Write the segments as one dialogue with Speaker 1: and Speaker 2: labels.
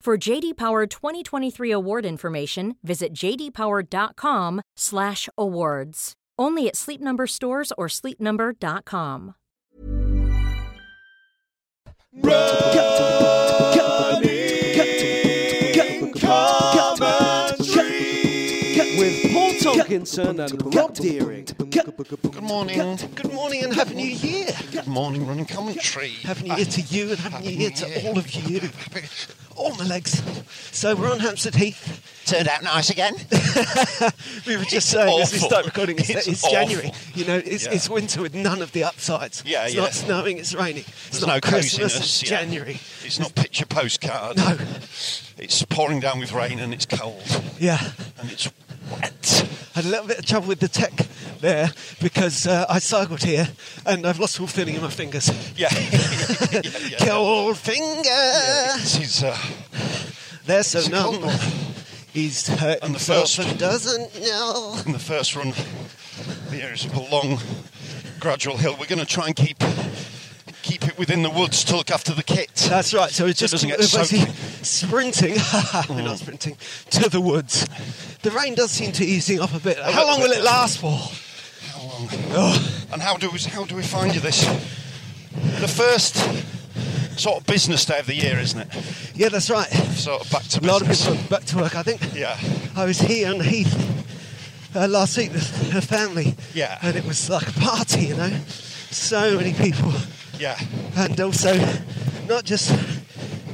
Speaker 1: For JD Power 2023 award information, visit jdpower.com/awards. Only at Sleep Number stores or sleepnumber.com.
Speaker 2: With Paul Tolkinson and Rob Deering.
Speaker 3: Good morning. Good morning and Happy New Year. Good morning, running commentary.
Speaker 2: Happy New Year to you and Happy New Year to all of you. All my legs. So we're on Hampstead Heath.
Speaker 3: Turned out nice again.
Speaker 2: We were just saying as we
Speaker 3: awful.
Speaker 2: start recording, it's, it's,
Speaker 3: It's awful.
Speaker 2: January. You know, it's,
Speaker 3: Yeah.
Speaker 2: it's winter with none of the upsides.
Speaker 3: Yeah,
Speaker 2: it's
Speaker 3: yeah.
Speaker 2: not snowing, it's raining. It's
Speaker 3: There's
Speaker 2: not
Speaker 3: no
Speaker 2: Christmas,
Speaker 3: coziness.
Speaker 2: it's
Speaker 3: yeah.
Speaker 2: January.
Speaker 3: It's not picture postcard.
Speaker 2: No.
Speaker 3: It's pouring down with rain and it's cold
Speaker 2: Yeah.
Speaker 3: and it's wet.
Speaker 2: had a little bit of trouble with the tech there because uh, I cycled here and I've lost all feeling in my fingers.
Speaker 3: Yeah. yeah, yeah, yeah.
Speaker 2: Cold finger,
Speaker 3: Yeah, It is. Uh,
Speaker 2: they're so
Speaker 3: It's a cold
Speaker 2: numb.
Speaker 3: one.
Speaker 2: He's hurt
Speaker 3: And the
Speaker 2: himself
Speaker 3: first-
Speaker 2: and doesn't know.
Speaker 3: in the first run, the air is a long, gradual hill. We're going to try and keep keep it within the woods to look after the kit.
Speaker 2: That's right. So it's
Speaker 3: So it
Speaker 2: just
Speaker 3: doesn't get Hmm.
Speaker 2: we're basically
Speaker 3: soaked.
Speaker 2: sprinting. we're not sprinting to the woods. The rain does seem to easing up a bit. How
Speaker 3: little
Speaker 2: long will
Speaker 3: bit.
Speaker 2: it last for?
Speaker 3: How long?
Speaker 2: Oh,
Speaker 3: And how do we, how do we find you this? The first sort of business day of the year, isn't it?
Speaker 2: yeah, that's right.
Speaker 3: Sort of back to
Speaker 2: A lot of
Speaker 3: business.
Speaker 2: people are back to work. I think
Speaker 3: Yeah.
Speaker 2: I was here on Heath uh, last week with her family.
Speaker 3: Yeah.
Speaker 2: And it was like a party, you know. So many people.
Speaker 3: Yeah.
Speaker 2: And also, not just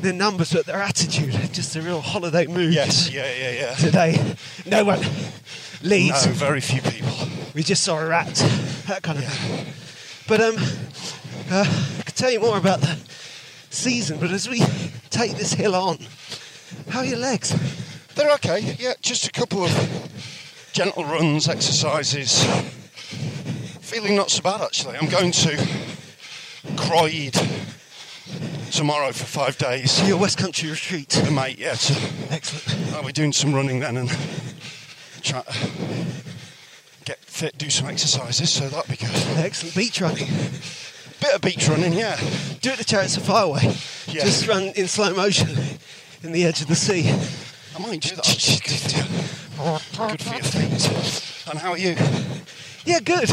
Speaker 2: their numbers, but their attitude. Just a real holiday mood
Speaker 3: Yes. Yeah. Yeah. Yeah.
Speaker 2: today. No one leaves.
Speaker 3: No, very few people.
Speaker 2: We just saw a rat. That kind of thing. But um, uh, I could tell you more about the season, but as we take this hill on, how are your legs?
Speaker 3: They're okay. Yeah. Just a couple of gentle runs, exercises. Feeling not so bad actually. I'm going to Croyd tomorrow for five days.
Speaker 2: Your West Country retreat.
Speaker 3: The mate. Yeah. To,
Speaker 2: Excellent.
Speaker 3: I'll be doing some running then and try to get fit, do some exercises, so that'd be good.
Speaker 2: Excellent beach running.
Speaker 3: Bit of beach running, yeah.
Speaker 2: Do it at the Chariots of Fireway.
Speaker 3: Yeah.
Speaker 2: Just run in slow motion in the edge of the sea.
Speaker 3: I might do that. good for your feet. And how are you?
Speaker 2: Yeah, good.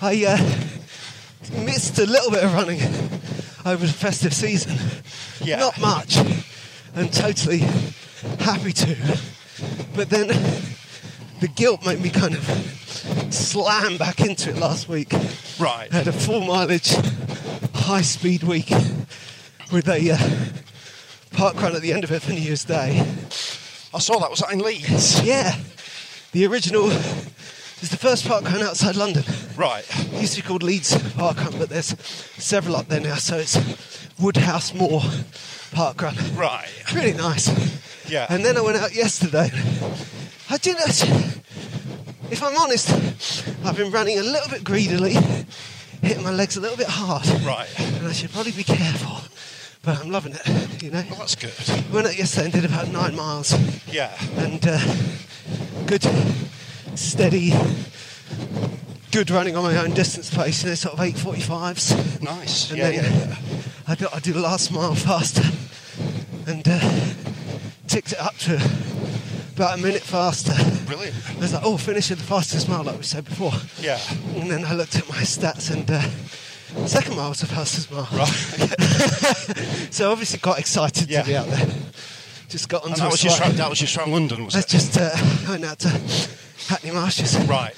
Speaker 2: I uh, missed a little bit of running over the festive season.
Speaker 3: Yeah.
Speaker 2: Not much. And totally happy to. But then the guilt made me kind of slam back into it last week.
Speaker 3: Right.
Speaker 2: had a full mileage, high speed week with a uh, park run at the end of it for New Year's Day.
Speaker 3: I saw that. Was that in Leeds?
Speaker 2: Yeah, the original is the first park run outside London.
Speaker 3: Right.
Speaker 2: It used to be called Leeds Park Run, but there's several up there now, so it's Woodhouse Moor Park Run.
Speaker 3: Right.
Speaker 2: Really nice.
Speaker 3: Yeah.
Speaker 2: And then I went out yesterday. I did actually, if I'm honest, I've been running a little bit greedily, hitting my legs a little bit hard.
Speaker 3: Right.
Speaker 2: And I should probably be careful, but I'm loving it, you know.
Speaker 3: Well, that's good.
Speaker 2: Went out yesterday and did about nine miles,
Speaker 3: Yeah.
Speaker 2: and uh, good, steady, good running on my own distance pace, you know, sort of 8.45s.
Speaker 3: Nice.
Speaker 2: And
Speaker 3: yeah,
Speaker 2: then
Speaker 3: yeah, yeah.
Speaker 2: I thought I'd do the last mile faster and uh, ticked it up to about a minute faster.
Speaker 3: Brilliant.
Speaker 2: I was like, oh, finishing the fastest mile, like we said before.
Speaker 3: Yeah.
Speaker 2: And then I looked at my stats and uh, second mile was the fastest mile.
Speaker 3: Right.
Speaker 2: So obviously quite excited
Speaker 3: Yeah.
Speaker 2: to be out there. Just got onto
Speaker 3: And that
Speaker 2: a
Speaker 3: was, just
Speaker 2: slight-
Speaker 3: round, that was just round London, was
Speaker 2: I
Speaker 3: it?
Speaker 2: just uh, went out to Hackney Marshes.
Speaker 3: Right.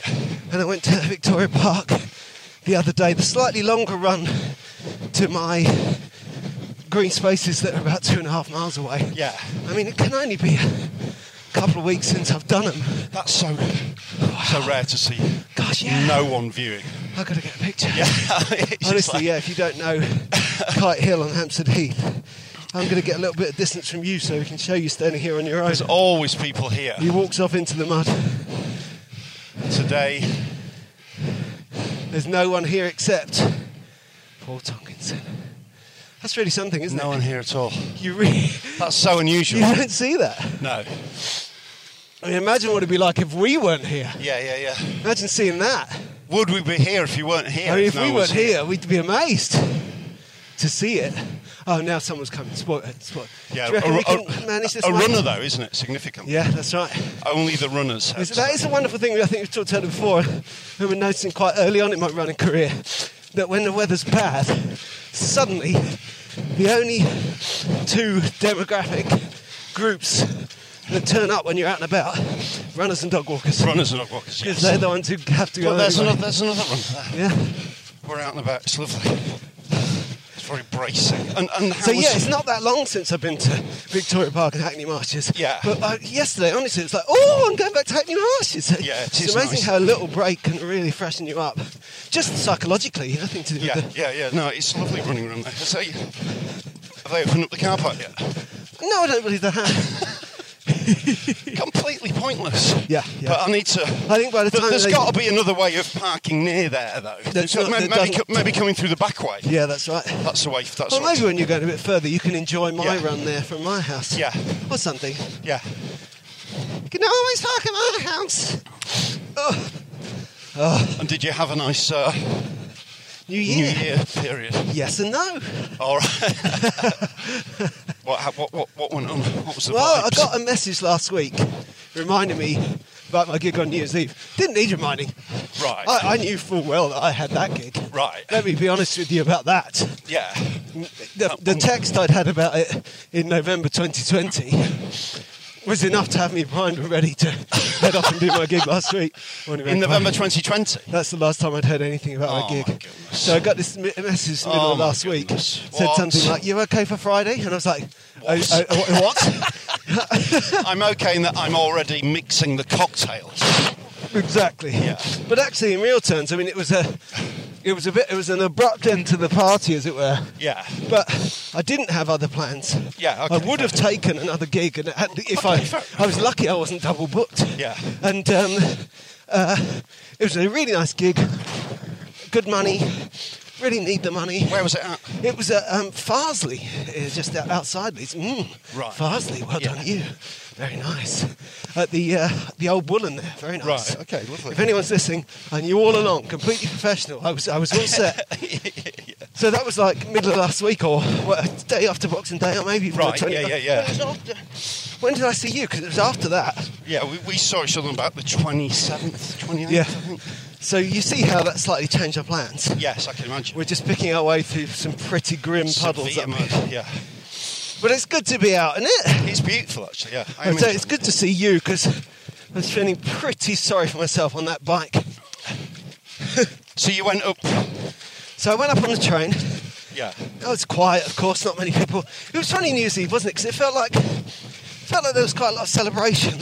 Speaker 2: And I went to Victoria Park the other day. The slightly longer run to my green spaces that are about two and a half miles away.
Speaker 3: Yeah.
Speaker 2: I mean, it can only be a couple of weeks since I've done them.
Speaker 3: That's so so rare to see.
Speaker 2: Gosh, yeah.
Speaker 3: No one viewing.
Speaker 2: I've got to get a picture.
Speaker 3: Yeah. It's just
Speaker 2: Honestly,
Speaker 3: like-
Speaker 2: yeah, if you don't know Kite Hill on Hampstead Heath, I'm going to get a little bit of distance from you so we can show you standing here on your own.
Speaker 3: There's always people here.
Speaker 2: He walks off into the mud.
Speaker 3: Today,
Speaker 2: There's no one here except Paul Tonkinson. That's really something, isn't
Speaker 3: no
Speaker 2: it?
Speaker 3: one here at all.
Speaker 2: You really,
Speaker 3: That's so
Speaker 2: you
Speaker 3: unusual.
Speaker 2: don't see that.
Speaker 3: No.
Speaker 2: I mean, imagine what it'd be like if we weren't here.
Speaker 3: Yeah, yeah, yeah.
Speaker 2: Imagine seeing that.
Speaker 3: Would we be here if you weren't here?
Speaker 2: I mean, Oh, if
Speaker 3: no
Speaker 2: we
Speaker 3: one was
Speaker 2: weren't here, we'd be amazed to see it. Oh, now someone's coming. Spot, spot.
Speaker 3: Yeah,
Speaker 2: Do you reckon
Speaker 3: a,
Speaker 2: we can
Speaker 3: a-
Speaker 2: manage this
Speaker 3: a
Speaker 2: one?
Speaker 3: runner though, isn't it? Significant.
Speaker 2: Yeah, that's right.
Speaker 3: Only the runners.
Speaker 2: Is- that is a wonderful thing. I think we've talked about it before. We were noticing quite early on in my running career that when the weather's bad, suddenly the only two demographic groups that turn up when you're out and about, runners and dog walkers.
Speaker 3: runners are not walkers.
Speaker 2: Because
Speaker 3: Yes.
Speaker 2: they're the ones who have to go.
Speaker 3: Well, there's
Speaker 2: anyway.
Speaker 3: another, there's another one. There.
Speaker 2: Yeah.
Speaker 3: We're out and about. It's lovely. It's very bracing. And, and how
Speaker 2: So
Speaker 3: was-
Speaker 2: yeah, it's not that long since I've been to Victoria Park and Hackney Marshes.
Speaker 3: Yeah.
Speaker 2: But uh, yesterday, honestly, it's like, oh, I'm going back to Hackney Marshes.
Speaker 3: Yeah, it
Speaker 2: it's
Speaker 3: is
Speaker 2: amazing
Speaker 3: nice.
Speaker 2: how a little break can really freshen you up, just psychologically. Nothing to do
Speaker 3: Yeah,
Speaker 2: with
Speaker 3: yeah, yeah. No, it's lovely running around there. So, you- have they opened up the car park yet?
Speaker 2: the. No, I don't believe they have.
Speaker 3: Completely pointless.
Speaker 2: Yeah, yeah.
Speaker 3: But I need to.
Speaker 2: I think by the
Speaker 3: But
Speaker 2: time
Speaker 3: there's
Speaker 2: they-
Speaker 3: got to be another way of parking near there, though.
Speaker 2: That's
Speaker 3: So
Speaker 2: not-
Speaker 3: maybe,
Speaker 2: that
Speaker 3: maybe,
Speaker 2: doesn't-
Speaker 3: co- maybe coming through the back way.
Speaker 2: yeah, that's right.
Speaker 3: That's the way. That's
Speaker 2: Well,
Speaker 3: what-
Speaker 2: maybe when you're going a bit further, you can enjoy my
Speaker 3: Yeah.
Speaker 2: run there from my house.
Speaker 3: Yeah.
Speaker 2: Or something.
Speaker 3: Yeah.
Speaker 2: You can always park at my house. Oh,
Speaker 3: And did you have a nice uh,
Speaker 2: New
Speaker 3: New
Speaker 2: Year.
Speaker 3: Year period?
Speaker 2: Yes and no.
Speaker 3: All right. what, ha- what, what, what went on? What was the
Speaker 2: Well, I
Speaker 3: vibes?
Speaker 2: got a message last week reminding me about my gig on New Year's Eve. Didn't need reminding.
Speaker 3: right.
Speaker 2: I, I knew full well that I had that gig.
Speaker 3: Right.
Speaker 2: Let me be honest with you about that.
Speaker 3: yeah. Um,
Speaker 2: The, the text I'd had about it in November 2020 was enough to have me primed and ready to head off and do my gig last week. Morning,
Speaker 3: In
Speaker 2: mate.
Speaker 3: November 2020.
Speaker 2: That's the last time I'd heard anything about
Speaker 3: Oh,
Speaker 2: my gig.
Speaker 3: my goodness.
Speaker 2: so I got this mi- message in the middle
Speaker 3: Oh,
Speaker 2: of
Speaker 3: my
Speaker 2: last week.
Speaker 3: goodness.
Speaker 2: Said
Speaker 3: What?
Speaker 2: something like, "You okay for Friday?" And I was like, "Oh,
Speaker 3: What?
Speaker 2: oh, oh, "What?"
Speaker 3: I'm okay in that I'm already mixing the cocktails.
Speaker 2: Exactly.
Speaker 3: Yeah.
Speaker 2: But actually, in real terms, I mean, it was a, it was a bit, it was an abrupt end to the party, as it were.
Speaker 3: Yeah.
Speaker 2: But I didn't have other plans.
Speaker 3: Yeah,
Speaker 2: I
Speaker 3: okay,
Speaker 2: would have taken another gig, and had, if I, I was lucky, I wasn't double booked.
Speaker 3: Yeah.
Speaker 2: And um, uh, it was a really nice gig. Good money. Really need the money.
Speaker 3: Where was it at?
Speaker 2: It was at um, Farsley, uh, just o- outside Leeds. Mm,
Speaker 3: Right.
Speaker 2: Farsley, well
Speaker 3: Yeah.
Speaker 2: done you. Very nice. At the uh, the old woolen there, very nice.
Speaker 3: Right, okay, lovely.
Speaker 2: If anyone's listening, I knew all along, completely professional. I was I was all set. So that was like middle of last week or what, day after Boxing Day or maybe even the
Speaker 3: Right, yeah,
Speaker 2: 29th.
Speaker 3: yeah, yeah.
Speaker 2: It was after- When did I see you? Because it was after that.
Speaker 3: Yeah, we, we saw each other on about the 27th, 28th, I
Speaker 2: Yeah.
Speaker 3: think.
Speaker 2: So you see how that slightly changed our plans.
Speaker 3: Yes, I can imagine.
Speaker 2: We're just picking our way through some pretty grim puddles.
Speaker 3: Severe
Speaker 2: Up.
Speaker 3: mud, Yeah.
Speaker 2: But it's good to be out, isn't it?
Speaker 3: It's beautiful, actually, yeah. I am
Speaker 2: And so it's
Speaker 3: enjoying
Speaker 2: good to see you because I was feeling pretty sorry for myself on that bike.
Speaker 3: it. So you went up.
Speaker 2: So I went up on the train.
Speaker 3: Yeah.
Speaker 2: It was quiet, of course, not many people. It was funny New Year's Eve, wasn't it? Because it felt like felt like there was quite a lot of celebration.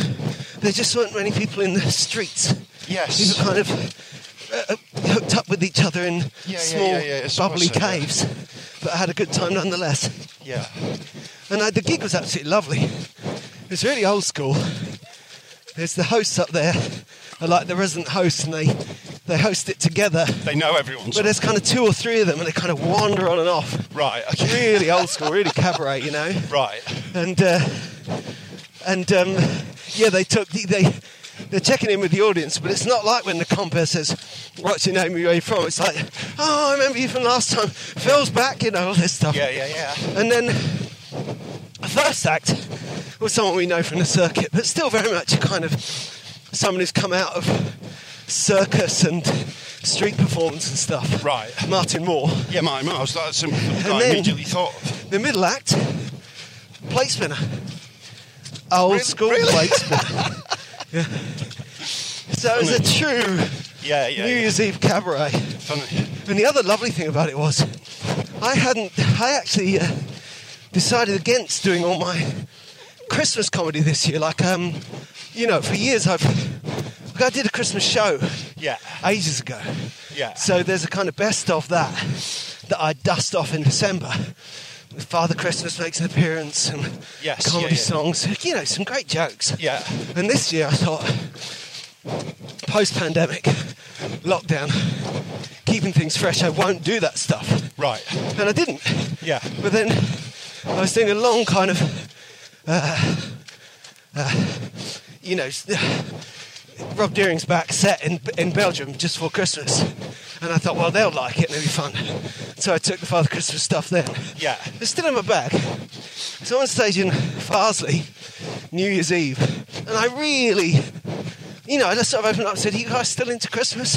Speaker 2: There just weren't many people in the streets.
Speaker 3: Yes.
Speaker 2: People kind of uh, hooked up with each other in
Speaker 3: yeah,
Speaker 2: small
Speaker 3: yeah, yeah, it's
Speaker 2: bubbly
Speaker 3: awesome, yeah.
Speaker 2: caves, but I had a good time nonetheless.
Speaker 3: Yeah.
Speaker 2: And uh, the gig was absolutely lovely. It was really old school. There's the hosts up there, are like the resident hosts, and they, they host it together.
Speaker 3: They know everyone's.
Speaker 2: But there's kind of two or three of them, and they kind of wander on and off.
Speaker 3: Right,
Speaker 2: It's
Speaker 3: okay.
Speaker 2: Really old school, really cabaret, you know.
Speaker 3: Right.
Speaker 2: And uh, and um, yeah, they took the, they they're checking in with the audience, but it's not like when the compere says, "What's your name? Where are you from?" It's like, "Oh, I remember you from last time." Phil's back, you know, all this stuff.
Speaker 3: Yeah, yeah, yeah.
Speaker 2: And then the first act was someone we know from the circuit, but still very much a kind of someone who's come out of circus and street performance and stuff.
Speaker 3: Right.
Speaker 2: Martin Moore.
Speaker 3: Yeah, my mum. I was like, that's something that I
Speaker 2: then-
Speaker 3: immediately thought of.
Speaker 2: The middle act, plate spinner. old
Speaker 3: Really?
Speaker 2: school
Speaker 3: Really?
Speaker 2: tradesman. Yeah. So it was a true
Speaker 3: Yeah, yeah.
Speaker 2: New
Speaker 3: yeah.
Speaker 2: Year's Eve cabaret.
Speaker 3: Funny.
Speaker 2: And the other lovely thing about it was, I hadn't, I actually uh, decided against doing all my Christmas comedy this year. Like, um, you know, for years I've, like I did a Christmas show
Speaker 3: Yeah.
Speaker 2: ages ago.
Speaker 3: Yeah.
Speaker 2: So there's a kind of best of that that I dust off in December. Father Christmas makes an appearance and
Speaker 3: Yes,
Speaker 2: comedy
Speaker 3: yeah, yeah.
Speaker 2: songs, you know, some great jokes.
Speaker 3: Yeah.
Speaker 2: And this year I thought, post pandemic, lockdown, keeping things fresh, I won't do that stuff.
Speaker 3: Right.
Speaker 2: And I didn't.
Speaker 3: Yeah.
Speaker 2: But then I was doing a long kind of, uh, uh, you know, s- Rob Deering's back set in, in Belgium just for Christmas. And I thought, well, they'll like it and it'll be fun. So I took the Father Christmas stuff then.
Speaker 3: Yeah.
Speaker 2: It's still in my bag. So on stage in Farsley, New Year's Eve, and I really, you know, I just sort of opened up and said, you guys still into Christmas?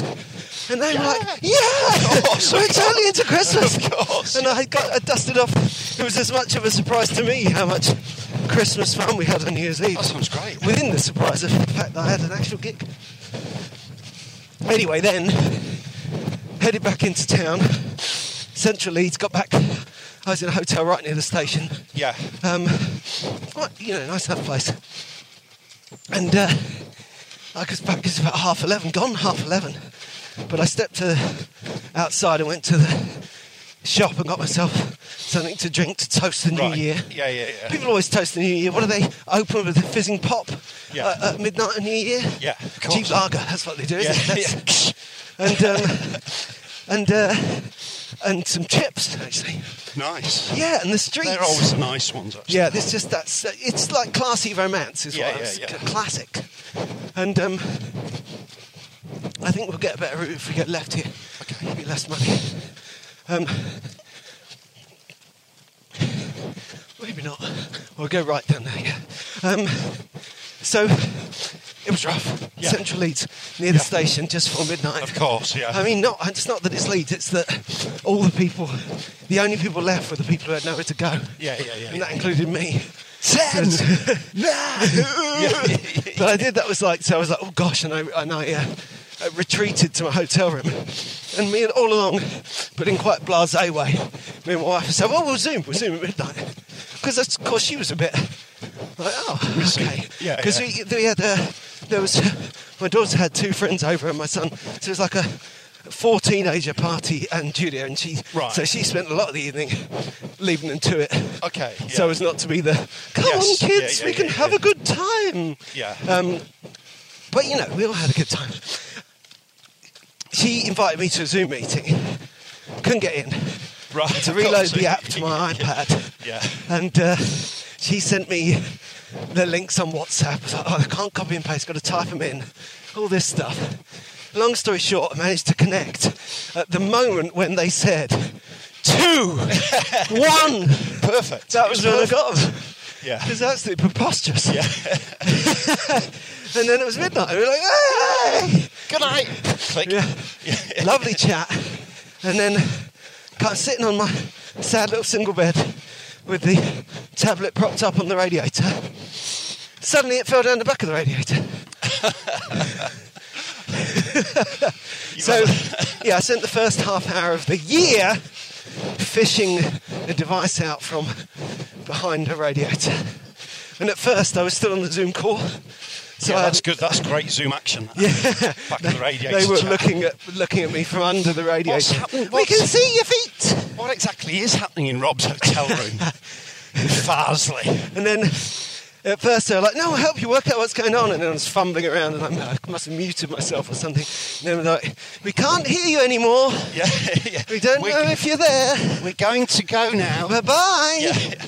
Speaker 2: And they were like, yeah,
Speaker 3: course,
Speaker 2: we're
Speaker 3: of course.
Speaker 2: totally into Christmas.
Speaker 3: Of course.
Speaker 2: And I got I dusted off. It was as much of a surprise to me how much Christmas fun we had on New Year's Eve.
Speaker 3: That sounds great.
Speaker 2: Within the surprise of the fact that I had an actual gig. Anyway, then headed back into town. Central Leeds. Got back. I was in a hotel right near the station.
Speaker 3: Yeah.
Speaker 2: Um, quite you know nice enough place. And uh, I was back. It's about half eleven. Gone half eleven. But I stepped to outside and went to the shop and got myself something to drink to toast the
Speaker 3: right.
Speaker 2: new year.
Speaker 3: Yeah, yeah, yeah.
Speaker 2: People always toast the new year. What do they open with? A fizzing pop
Speaker 3: Yeah.
Speaker 2: uh, at midnight on New Year.
Speaker 3: Yeah, of course.
Speaker 2: cheap lager. That's what they do. Isn't
Speaker 3: Yeah,
Speaker 2: it? That's- And um, and uh, and some chips actually.
Speaker 3: Nice.
Speaker 2: Yeah, and the streets.
Speaker 3: They're always the nice ones, actually.
Speaker 2: Yeah, this just that's it's like classy romance is
Speaker 3: Yeah,
Speaker 2: what
Speaker 3: yeah,
Speaker 2: it's
Speaker 3: yeah.
Speaker 2: classic, and um, I think we'll get a better route if we get left here. Okay, maybe less money. Um, maybe not. We'll go right down there. Yeah. Um, so it was rough.
Speaker 3: Yeah.
Speaker 2: Central Leeds near the station just before midnight. Um,
Speaker 3: Of course, yeah.
Speaker 2: I mean, not it's not that it's Leeds. It's that all the people, the only people left were the people who had nowhere to go.
Speaker 3: Yeah, yeah, yeah,
Speaker 2: And that
Speaker 3: yeah.
Speaker 2: included me.
Speaker 3: Ten!
Speaker 2: no. but I did. That was like so. I was like, oh gosh, and I and I, uh, I retreated to my hotel room, and me and all along, but in quite a blasé way, me and my wife said, well, we'll zoom, we'll zoom at midnight, because of course she was a bit like, oh, okay,
Speaker 3: Yeah,
Speaker 2: because
Speaker 3: yeah.
Speaker 2: we, we had uh, there was my daughter had two friends over and my son, so it was like a. Four teenager party and Julia, and she
Speaker 3: Right.
Speaker 2: so she spent a lot of the evening leaving them to it
Speaker 3: Okay,
Speaker 2: so
Speaker 3: yeah.
Speaker 2: as not to be the come
Speaker 3: Yes,
Speaker 2: on
Speaker 3: yeah,
Speaker 2: kids
Speaker 3: yeah,
Speaker 2: we
Speaker 3: yeah,
Speaker 2: can
Speaker 3: yeah.
Speaker 2: have a good time
Speaker 3: Yeah.
Speaker 2: um, but you know we all had a good time she invited me to a zoom meeting couldn't get in
Speaker 3: Right,
Speaker 2: to
Speaker 3: of
Speaker 2: reload
Speaker 3: course.
Speaker 2: the app to my ipad
Speaker 3: Yeah.
Speaker 2: and uh, she sent me the links on whatsapp I, was like, oh, I can't copy and paste got to type them in all this stuff long story short i managed to connect at the moment when they said two one
Speaker 3: Perfect.
Speaker 2: that was when I got them.
Speaker 3: Yeah.
Speaker 2: It was absolutely preposterous.
Speaker 3: Yeah.
Speaker 2: And then it was midnight. And we were like, hey!
Speaker 3: Good night. Click.
Speaker 2: Yeah. Lovely chat. And then kind of sitting on my sad little single bed with the tablet propped up on the radiator. Suddenly it fell down the back of the radiator. so, yeah, I spent the first half hour of the year fishing a device out from behind a radiator. And at first I was still on the Zoom call. So
Speaker 3: Yeah,
Speaker 2: I
Speaker 3: that's
Speaker 2: had
Speaker 3: good. That's great zoom action. Yeah. Back in the radiator.
Speaker 2: they were
Speaker 3: chat.
Speaker 2: looking at looking at me from under the radiator.
Speaker 3: What's happened?
Speaker 2: We can
Speaker 3: What's-
Speaker 2: see your feet.
Speaker 3: What exactly is happening in Rob's hotel room? in Farsley.
Speaker 2: And then at first they were like, "No, I'll help you work out what's going on." And then I was fumbling around, and I'm, I must have muted myself or something. And then they're like, "We can't hear you anymore.
Speaker 3: Yeah. yeah.
Speaker 2: We don't
Speaker 3: We're-
Speaker 2: know if you're there.
Speaker 3: We're going to go now.
Speaker 2: Bye bye."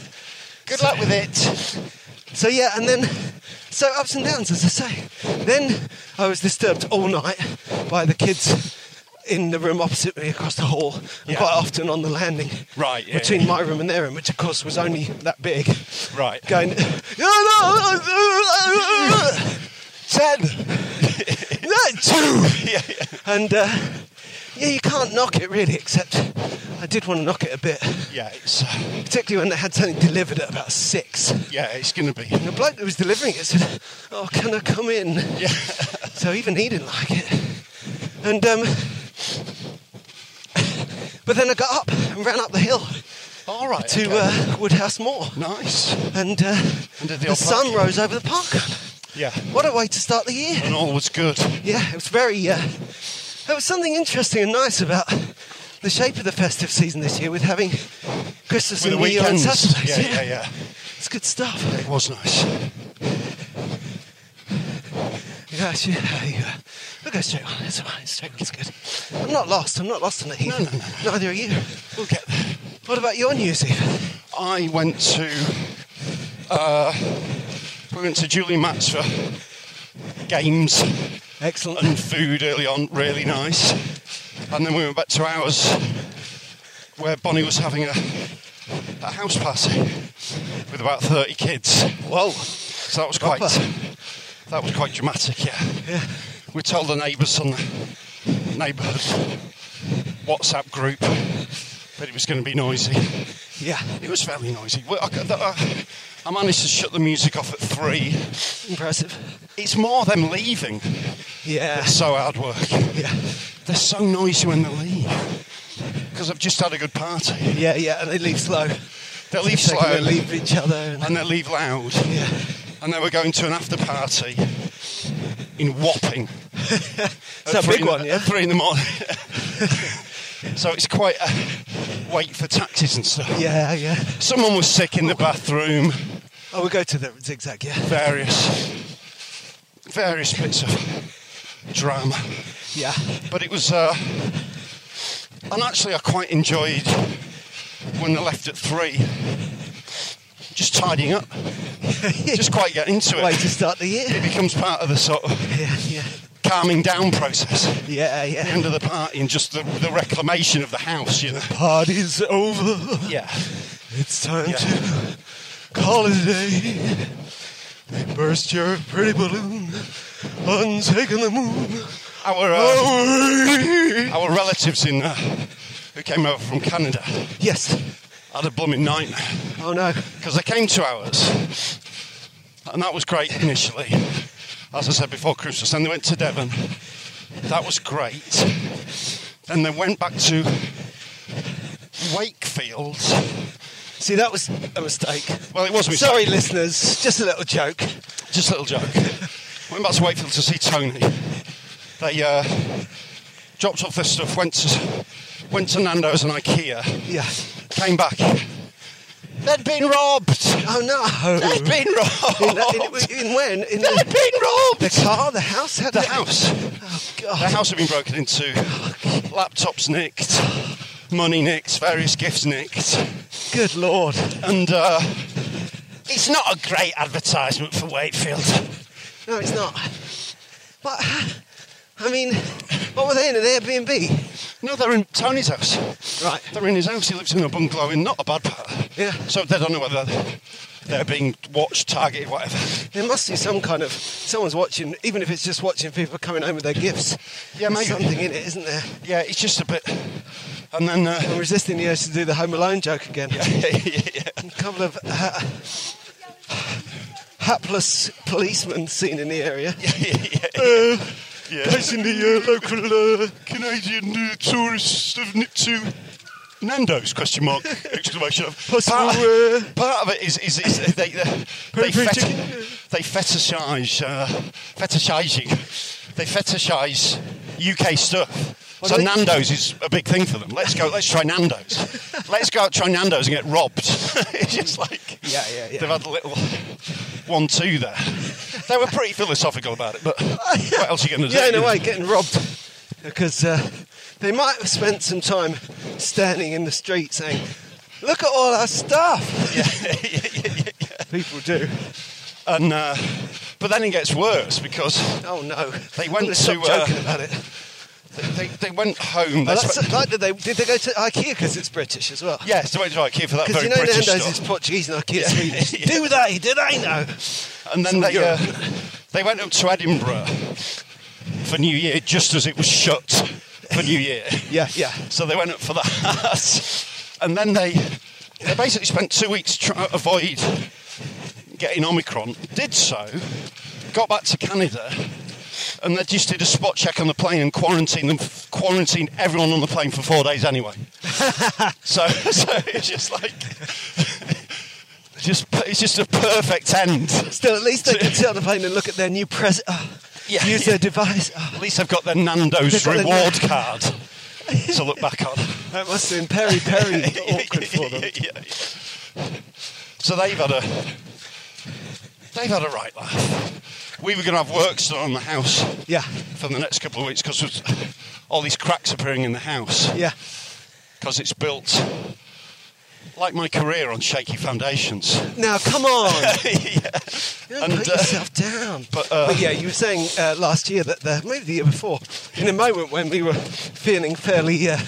Speaker 3: Good luck with it.
Speaker 2: So yeah, and then so ups and downs, as I say. Then I was disturbed all night by the kids in the room opposite me across the hall, and
Speaker 3: Yeah.
Speaker 2: quite often on the landing,
Speaker 3: Right, yeah,
Speaker 2: between
Speaker 3: yeah.
Speaker 2: my room and their room, which of course was only that big.
Speaker 3: Right.
Speaker 2: Going, ten, no, two, and uh, Yeah, you can't knock it really, except I did want to knock it a bit,
Speaker 3: Yeah, it's uh,
Speaker 2: particularly when they had something delivered at about six.
Speaker 3: yeah, it's going to be.
Speaker 2: The bloke who was delivering it said, "Oh, can I come in?"
Speaker 3: Yeah,
Speaker 2: So even he didn't like it. And um, but then I got up and ran up the hill
Speaker 3: all right.
Speaker 2: to
Speaker 3: okay.
Speaker 2: uh, Woodhouse Moor,
Speaker 3: nice.
Speaker 2: and uh,
Speaker 3: And did the
Speaker 2: the,
Speaker 3: old
Speaker 2: sun
Speaker 3: park.
Speaker 2: rose over the park.
Speaker 3: Yeah,
Speaker 2: What a way to start the year!
Speaker 3: and all was good.
Speaker 2: Yeah, it was very. Uh, there was something interesting and nice about the shape of the festive season this year, with having Christmas
Speaker 3: With
Speaker 2: and
Speaker 3: the
Speaker 2: New Year on
Speaker 3: weekends.
Speaker 2: Saturdays.
Speaker 3: Yeah, yeah, yeah.
Speaker 2: It's good stuff.
Speaker 3: It was nice.
Speaker 2: Yeah, she, uh, you, uh, we'll go straight on. It's all right. Straight one's good. I'm not lost. I'm not lost on the heat. Neither are you.
Speaker 3: We'll get there.
Speaker 2: What about your news, Eve?
Speaker 3: I went to uh, we went to Julie Matts for games
Speaker 2: Excellent.
Speaker 3: and food early on, really nice. And then we went back to ours where Bonnie was having a, a house party with about 30 kids. Whoa. So that was quite
Speaker 2: Proper.
Speaker 3: that was quite dramatic, yeah. yeah. We told the neighbours on the neighbourhood WhatsApp group that it was going to be noisy.
Speaker 2: Yeah,
Speaker 3: It was fairly noisy. Well, I, I, I managed to shut the music off at three.
Speaker 2: impressive.
Speaker 3: It's more them leaving.
Speaker 2: Yeah,
Speaker 3: It's so hard work.
Speaker 2: yeah,
Speaker 3: They're so noisy when they leave. Because I've just had a good party.
Speaker 2: yeah, yeah. And they leave slow.
Speaker 3: They leave
Speaker 2: They can
Speaker 3: slowly
Speaker 2: leave each other. And,
Speaker 3: and they leave loud.
Speaker 2: yeah,
Speaker 3: And then we're going to an after party in Wapping.
Speaker 2: it's a big one. Yeah.
Speaker 3: At three in the morning. so it's quite a wait for taxis and stuff.
Speaker 2: Yeah, yeah.
Speaker 3: Someone was sick in the bathroom.
Speaker 2: Oh, we'll go to the zigzag. Yeah,
Speaker 3: various various bits of drama.
Speaker 2: yeah,
Speaker 3: But it was, uh, and actually, I quite enjoyed when they left at three. Just tidying up, just quite get into
Speaker 2: Way
Speaker 3: it.
Speaker 2: to start the year.
Speaker 3: It becomes part of the sort of
Speaker 2: Yeah, yeah,
Speaker 3: calming down process.
Speaker 2: yeah, yeah.
Speaker 3: End of the party and just the, the reclamation of the house, you know.
Speaker 2: Party's over.
Speaker 3: Yeah.
Speaker 2: It's time
Speaker 3: Yeah.
Speaker 2: to call it a day. Burst your pretty balloon, untaken the moon.
Speaker 3: Our uh,
Speaker 2: Oh. away.
Speaker 3: our relatives in uh, who came over from Canada
Speaker 2: Yes.
Speaker 3: had a blooming nightmare.
Speaker 2: Oh no.
Speaker 3: because they came two hours, and that was great initially. As I said before Christmas, then they went to Devon. That was great. Then they went back to Wakefield.
Speaker 2: See, that was a mistake.
Speaker 3: Well, it was a mistake.
Speaker 2: Sorry, listeners. Just a little joke.
Speaker 3: Just a little joke. Went back to Wakefield to see Tony. They uh, dropped off their stuff, went to went to Nando's and IKEA,
Speaker 2: Yeah.
Speaker 3: came back. They'd been robbed.
Speaker 2: Oh no.
Speaker 3: They'd been
Speaker 2: In,
Speaker 3: robbed.
Speaker 2: that- in- in when? In
Speaker 3: Oh. They'd
Speaker 2: the,
Speaker 3: been robbed.
Speaker 2: the car, the house, had
Speaker 3: The
Speaker 2: it?
Speaker 3: house.
Speaker 2: Oh
Speaker 3: The
Speaker 2: god.
Speaker 3: house had been broken into. Laptops nicked. Money nicked. Various gifts nicked.
Speaker 2: Good lord.
Speaker 3: And uh, it's not a great advertisement for Wakefield.
Speaker 2: No, it's not. But I mean, what were they in an Airbnb?
Speaker 3: No, they're in Tony's house.
Speaker 2: Right.
Speaker 3: They're in his house. He lives in a bungalow in not a bad part.
Speaker 2: Yeah.
Speaker 3: So they don't know whether they're being watched, targeted, whatever.
Speaker 2: There must be some kind of someone's watching, even if it's just watching people coming home with their gifts.
Speaker 3: Yeah,
Speaker 2: There's
Speaker 3: maybe.
Speaker 2: something in it, isn't there?
Speaker 3: Yeah, it's just a bit. And then. Uh,
Speaker 2: I'm resisting the urge to do the Home Alone joke again. A couple of uh, hapless policemen seen in the area.
Speaker 3: Yeah.
Speaker 2: in the uh, local. Uh,
Speaker 3: Canadian uh, tourists have nipped to Nando's? Question mark exclamation.
Speaker 2: Possible,
Speaker 3: part,
Speaker 2: uh,
Speaker 3: part of it is, is, is they they, they,
Speaker 2: Peri peri
Speaker 3: fet-
Speaker 2: chicken.
Speaker 3: they fetishize uh, fetishizing they fetishize UK stuff.
Speaker 2: What
Speaker 3: so
Speaker 2: do they-
Speaker 3: Nando's is a big thing for them. Let's go. Let's try Nando's. let's go out try Nando's and get robbed. it's just like
Speaker 2: Yeah, yeah, yeah.
Speaker 3: They've had a little one-two there. They were pretty philosophical about it, but what else are you going to do?
Speaker 2: yeah, in a way, getting robbed because uh, they might have spent some time standing in the street saying, "Look at all our stuff." People do.
Speaker 3: And uh, but then it gets worse because
Speaker 2: Oh no!
Speaker 3: They
Speaker 2: I'm
Speaker 3: went
Speaker 2: gonna stop
Speaker 3: to, uh,
Speaker 2: joking about it.
Speaker 3: they, they went home.
Speaker 2: Oh,
Speaker 3: They
Speaker 2: that's,
Speaker 3: spe-
Speaker 2: like, did they did they go to IKEA because it's British as well?
Speaker 3: yes, they went to IKEA for that
Speaker 2: because
Speaker 3: very
Speaker 2: you know
Speaker 3: British
Speaker 2: Nando's
Speaker 3: stuff.
Speaker 2: is Portuguese and IKEA
Speaker 3: Yeah.
Speaker 2: Swedish.
Speaker 3: Yeah.
Speaker 2: Do they? Do they know?
Speaker 3: and then they uh,
Speaker 2: Europe.
Speaker 3: they went up to Edinburgh for New Year just as it was shut. for New Year.
Speaker 2: Yeah, yeah.
Speaker 3: So they went up for that, and then they they basically spent two weeks trying to avoid getting Omicron. Did so, got back to Canada, and they just did a spot check on the plane and quarantined them, quarantined everyone on the plane for four days anyway. so, so it's just like. Just, it's just a perfect end.
Speaker 2: Still, at least they can sit on the plane and look at their new present.
Speaker 3: Yeah,
Speaker 2: use
Speaker 3: yeah.
Speaker 2: their device. Ah,
Speaker 3: At least I've got their Nando's
Speaker 2: They've got their
Speaker 3: reward
Speaker 2: Nan-
Speaker 3: card to look back on.
Speaker 2: that must have been Perry Perry awkward for them.
Speaker 3: Yeah. So they've had a they've had a right laugh. We were going to have work done on the house
Speaker 2: Yeah,
Speaker 3: for the next couple of weeks because all these cracks appearing in the house
Speaker 2: yeah,
Speaker 3: because it's built like my career on shaky foundations.
Speaker 2: Now, come on. Don't
Speaker 3: And,
Speaker 2: put
Speaker 3: uh,
Speaker 2: yourself down.
Speaker 3: but, uh,
Speaker 2: yeah, you were saying uh, last year that the, maybe the year before, in a moment when we were feeling fairly uh,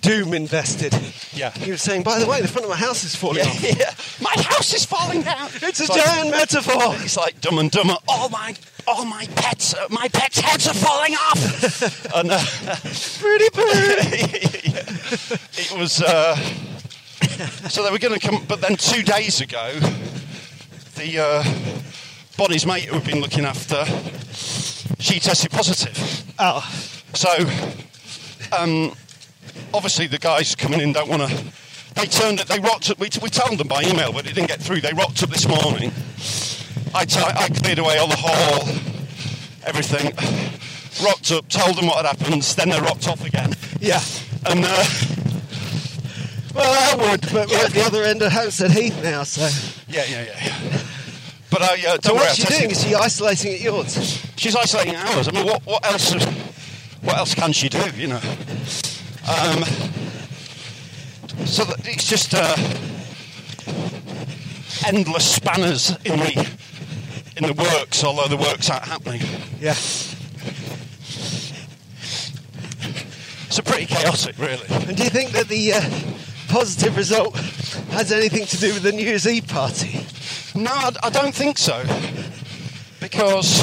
Speaker 2: doom invested.
Speaker 3: Yeah.
Speaker 2: You were saying, by the way, the front of my house is falling off.
Speaker 3: yeah. My house is falling down.
Speaker 2: It's a
Speaker 3: like- oh,
Speaker 2: giant metaphor.
Speaker 3: It's like Dumb and Dumber. All my, all my pets, uh, my pets' heads are falling off. and uh,
Speaker 2: Pretty bird.
Speaker 3: it was. Uh, so they were going to come, but then two days ago, the uh, Bonnie's mate who we've been looking after, she tested positive.
Speaker 2: Oh,
Speaker 3: So, um, obviously, the guys coming in don't want to. They turned it. They rocked up. We, we told them by email, but it didn't get through. They rocked up this morning. I ti- I cleared away all the hall, everything. Rocked up, told them what had happened. Then they rocked off again.
Speaker 2: yeah.
Speaker 3: And uh,
Speaker 2: Well, I would, but we're
Speaker 3: Yeah.
Speaker 2: at the other end of Hampstead Heath now, so.
Speaker 3: yeah, yeah, yeah. But I uh, don't
Speaker 2: So
Speaker 3: worry. I
Speaker 2: what's she
Speaker 3: tested-
Speaker 2: doing? Is she isolating at yours?
Speaker 3: She's isolating hours. I mean, what, what else? What else can she do? You know. Um, so that it's just uh, endless spanners in the in the works, although the works aren't happening.
Speaker 2: Yeah.
Speaker 3: So pretty chaotic, really.
Speaker 2: And do you think that the uh, positive result has anything to do with the New Year's Eve party?
Speaker 3: No, I, I don't think so, because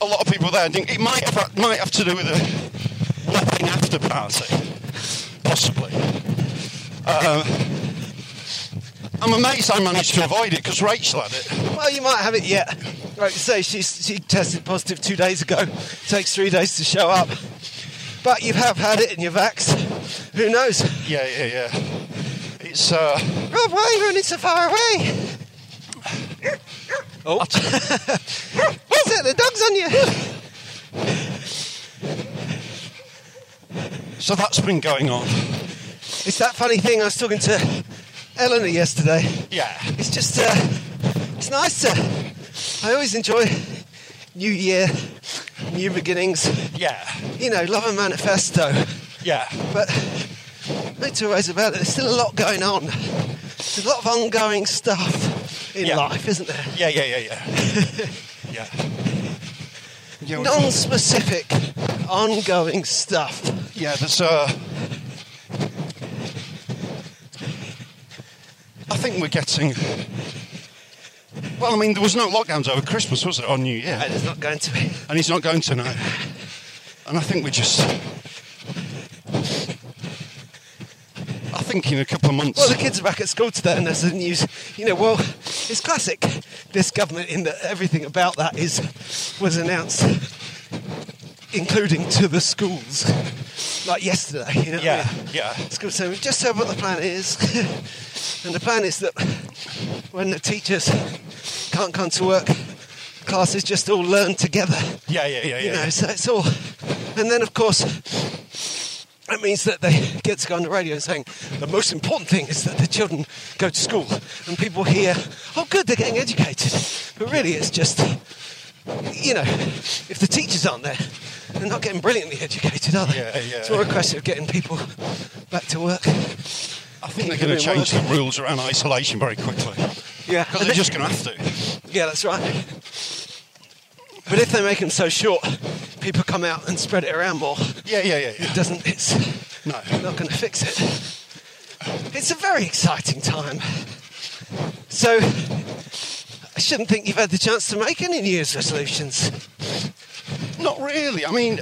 Speaker 3: a lot of people there think it might have might have to do with a lapping after party, possibly. Um, I'm amazed I managed to avoid it because Rachel had it.
Speaker 2: Well, you might have it yet. Like you say, she, she tested positive two days ago. Takes three days to show up. But you have had it in your vax. Who knows?
Speaker 3: Yeah, yeah, yeah. It's uh,
Speaker 2: Rob, why are you running so far away? Oh. What's it? The dog's on you.
Speaker 3: so that's been going on.
Speaker 2: It's that funny thing I was talking to Eleanor yesterday.
Speaker 3: Yeah,
Speaker 2: It's just, uh, it's nice to. I always enjoy New Year, new beginnings.
Speaker 3: yeah,
Speaker 2: You know, love a manifesto.
Speaker 3: yeah,
Speaker 2: But no two ways about it, there's still a lot going on. There's a lot of ongoing stuff in
Speaker 3: Yeah.
Speaker 2: life, isn't there?
Speaker 3: yeah, yeah, yeah, yeah, yeah. yeah we-
Speaker 2: Non specific, ongoing stuff.
Speaker 3: Yeah, there's. Uh, I think we're getting. Well, I mean, there was no lockdowns over Christmas, was there, or New Year?
Speaker 2: And it's not going to be.
Speaker 3: And he's not going tonight. And I think we just. I think in a couple of months.
Speaker 2: Well, the kids are back at school today, and there's the news. You know, well, it's classic this government in that everything about that is was announced, including to the schools, like yesterday. You know, what I
Speaker 3: Yeah,
Speaker 2: mean?
Speaker 3: yeah.
Speaker 2: It's good saying we've just said what the plan is, and the plan is that when the teachers can't come to work, classes just all learn together
Speaker 3: yeah, yeah, yeah, yeah.
Speaker 2: you know, so it's all. And then, of course, that means that they get to go on the radio and saying the most important thing is that the children go to school and people hear, oh, good, they're getting educated. But really, it's just, you know, if the teachers aren't there, they're not getting brilliantly educated, are they?
Speaker 3: Yeah, yeah.
Speaker 2: It's more a question of getting people back to work.
Speaker 3: I think they're going to change the rules around isolation very quickly.
Speaker 2: Yeah,
Speaker 3: Because they're just going to have to.
Speaker 2: yeah, that's right. But if they make them so short, people come out and spread it around more.
Speaker 3: Yeah, yeah, yeah,
Speaker 2: It
Speaker 3: yeah.
Speaker 2: doesn't. It's
Speaker 3: No.
Speaker 2: not going to fix it. It's a very exciting time. So, I shouldn't think you've had the chance to make any New Year's resolutions.
Speaker 3: Not really. I mean,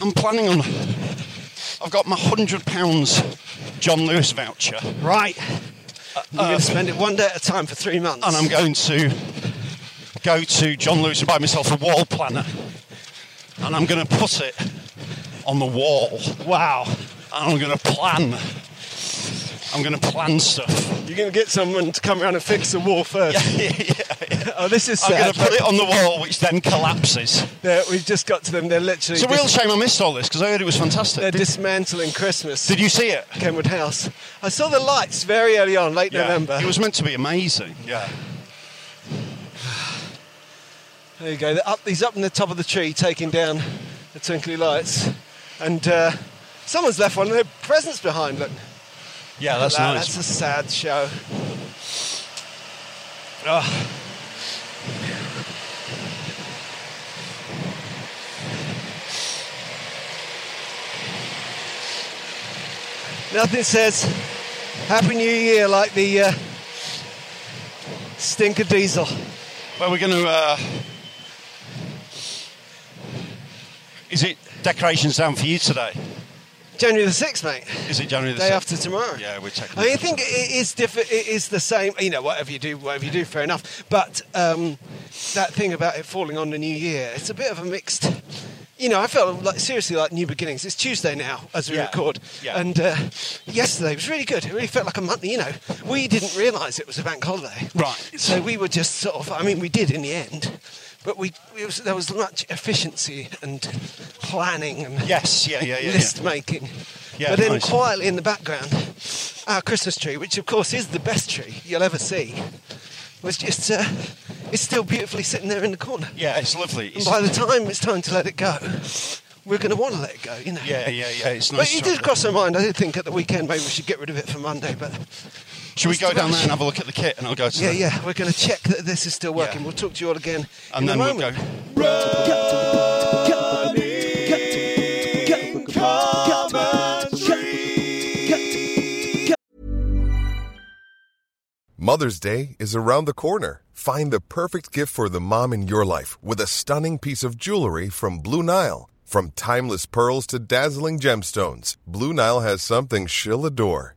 Speaker 3: I'm planning on. I've got my hundred pounds John Lewis voucher, and
Speaker 2: Right. Uh, I'm going to spend it one day at a time for three months.
Speaker 3: I'm going to go to John Lewis and buy myself a wall planner, and I'm going to put it on the wall. Wow! And I'm going to plan. I'm going to plan stuff.
Speaker 2: You're going to get someone to come around and fix the wall first. Oh, this is
Speaker 3: I'm going
Speaker 2: sad.
Speaker 3: to put it on the wall, which then collapses.
Speaker 2: They're- We've just got to them. They're literally.
Speaker 3: It's a real
Speaker 2: dis-
Speaker 3: shame I missed all this because I heard it was fantastic.
Speaker 2: They're
Speaker 3: Did,
Speaker 2: dismantling Christmas.
Speaker 3: did you see it?
Speaker 2: Kenwood House. I saw the lights very early on, late November.
Speaker 3: It was meant to be amazing. Yeah.
Speaker 2: There you go. They're up, he's up in the top of the tree taking down the twinkly lights. And uh, someone's left one of their presents behind. Look,
Speaker 3: Yeah, that's
Speaker 2: That-
Speaker 3: nice.
Speaker 2: that's a sad show. Ah. Nothing says Happy New Year like the uh, stinker diesel.
Speaker 3: Well, we're going to. Uh, is it decorations down for you today?
Speaker 2: January the 6th, mate.
Speaker 3: Is it January the
Speaker 2: Day
Speaker 3: 6th?
Speaker 2: after tomorrow.
Speaker 3: Yeah, we're checking.
Speaker 2: I mean, I think it is different. It is the same. You know, whatever you do, whatever you do, fair enough. But um, that thing about it falling on the new year, it's a bit of a mixed. You know, I felt like seriously like new beginnings. It's Tuesday now as we
Speaker 3: Yeah.
Speaker 2: record,
Speaker 3: Yeah.
Speaker 2: and uh, yesterday was really good. It really felt like a month. You know, we didn't realise it was a bank holiday,
Speaker 3: Right.
Speaker 2: So we were just sort of. I mean, we did in the end, but we it was, there was much efficiency and planning and
Speaker 3: Yes, yeah, yeah, yeah. yeah.
Speaker 2: list making.
Speaker 3: Yeah,
Speaker 2: but then
Speaker 3: nice.
Speaker 2: quietly in the background, our Christmas tree, which of course is the best tree you'll ever see, was just, uh, it's still beautifully sitting there in the corner.
Speaker 3: Yeah, it's lovely.
Speaker 2: And
Speaker 3: It's,
Speaker 2: by the time it's time to let it go, we're going to want to let it go, you know.
Speaker 3: yeah, yeah, yeah. It's nice.
Speaker 2: But it
Speaker 3: to-
Speaker 2: did cross my mind. I did think at the weekend maybe we should get rid of it for Monday. But
Speaker 3: Should we
Speaker 2: it's
Speaker 3: go
Speaker 2: too
Speaker 3: down
Speaker 2: much.
Speaker 3: there and have a look at the kit, and I'll go to
Speaker 2: yeah,
Speaker 3: the-
Speaker 2: yeah, we're going to check that this is still working.
Speaker 3: Yeah.
Speaker 2: We'll talk to you all again
Speaker 3: and
Speaker 2: in
Speaker 3: then
Speaker 2: a
Speaker 3: we'll
Speaker 2: moment.
Speaker 3: go.
Speaker 4: Mother's Day is around the corner. Find the perfect gift for the mom in your life with a stunning piece of jewelry from Blue Nile. From timeless pearls to dazzling gemstones, Blue Nile has something she'll adore.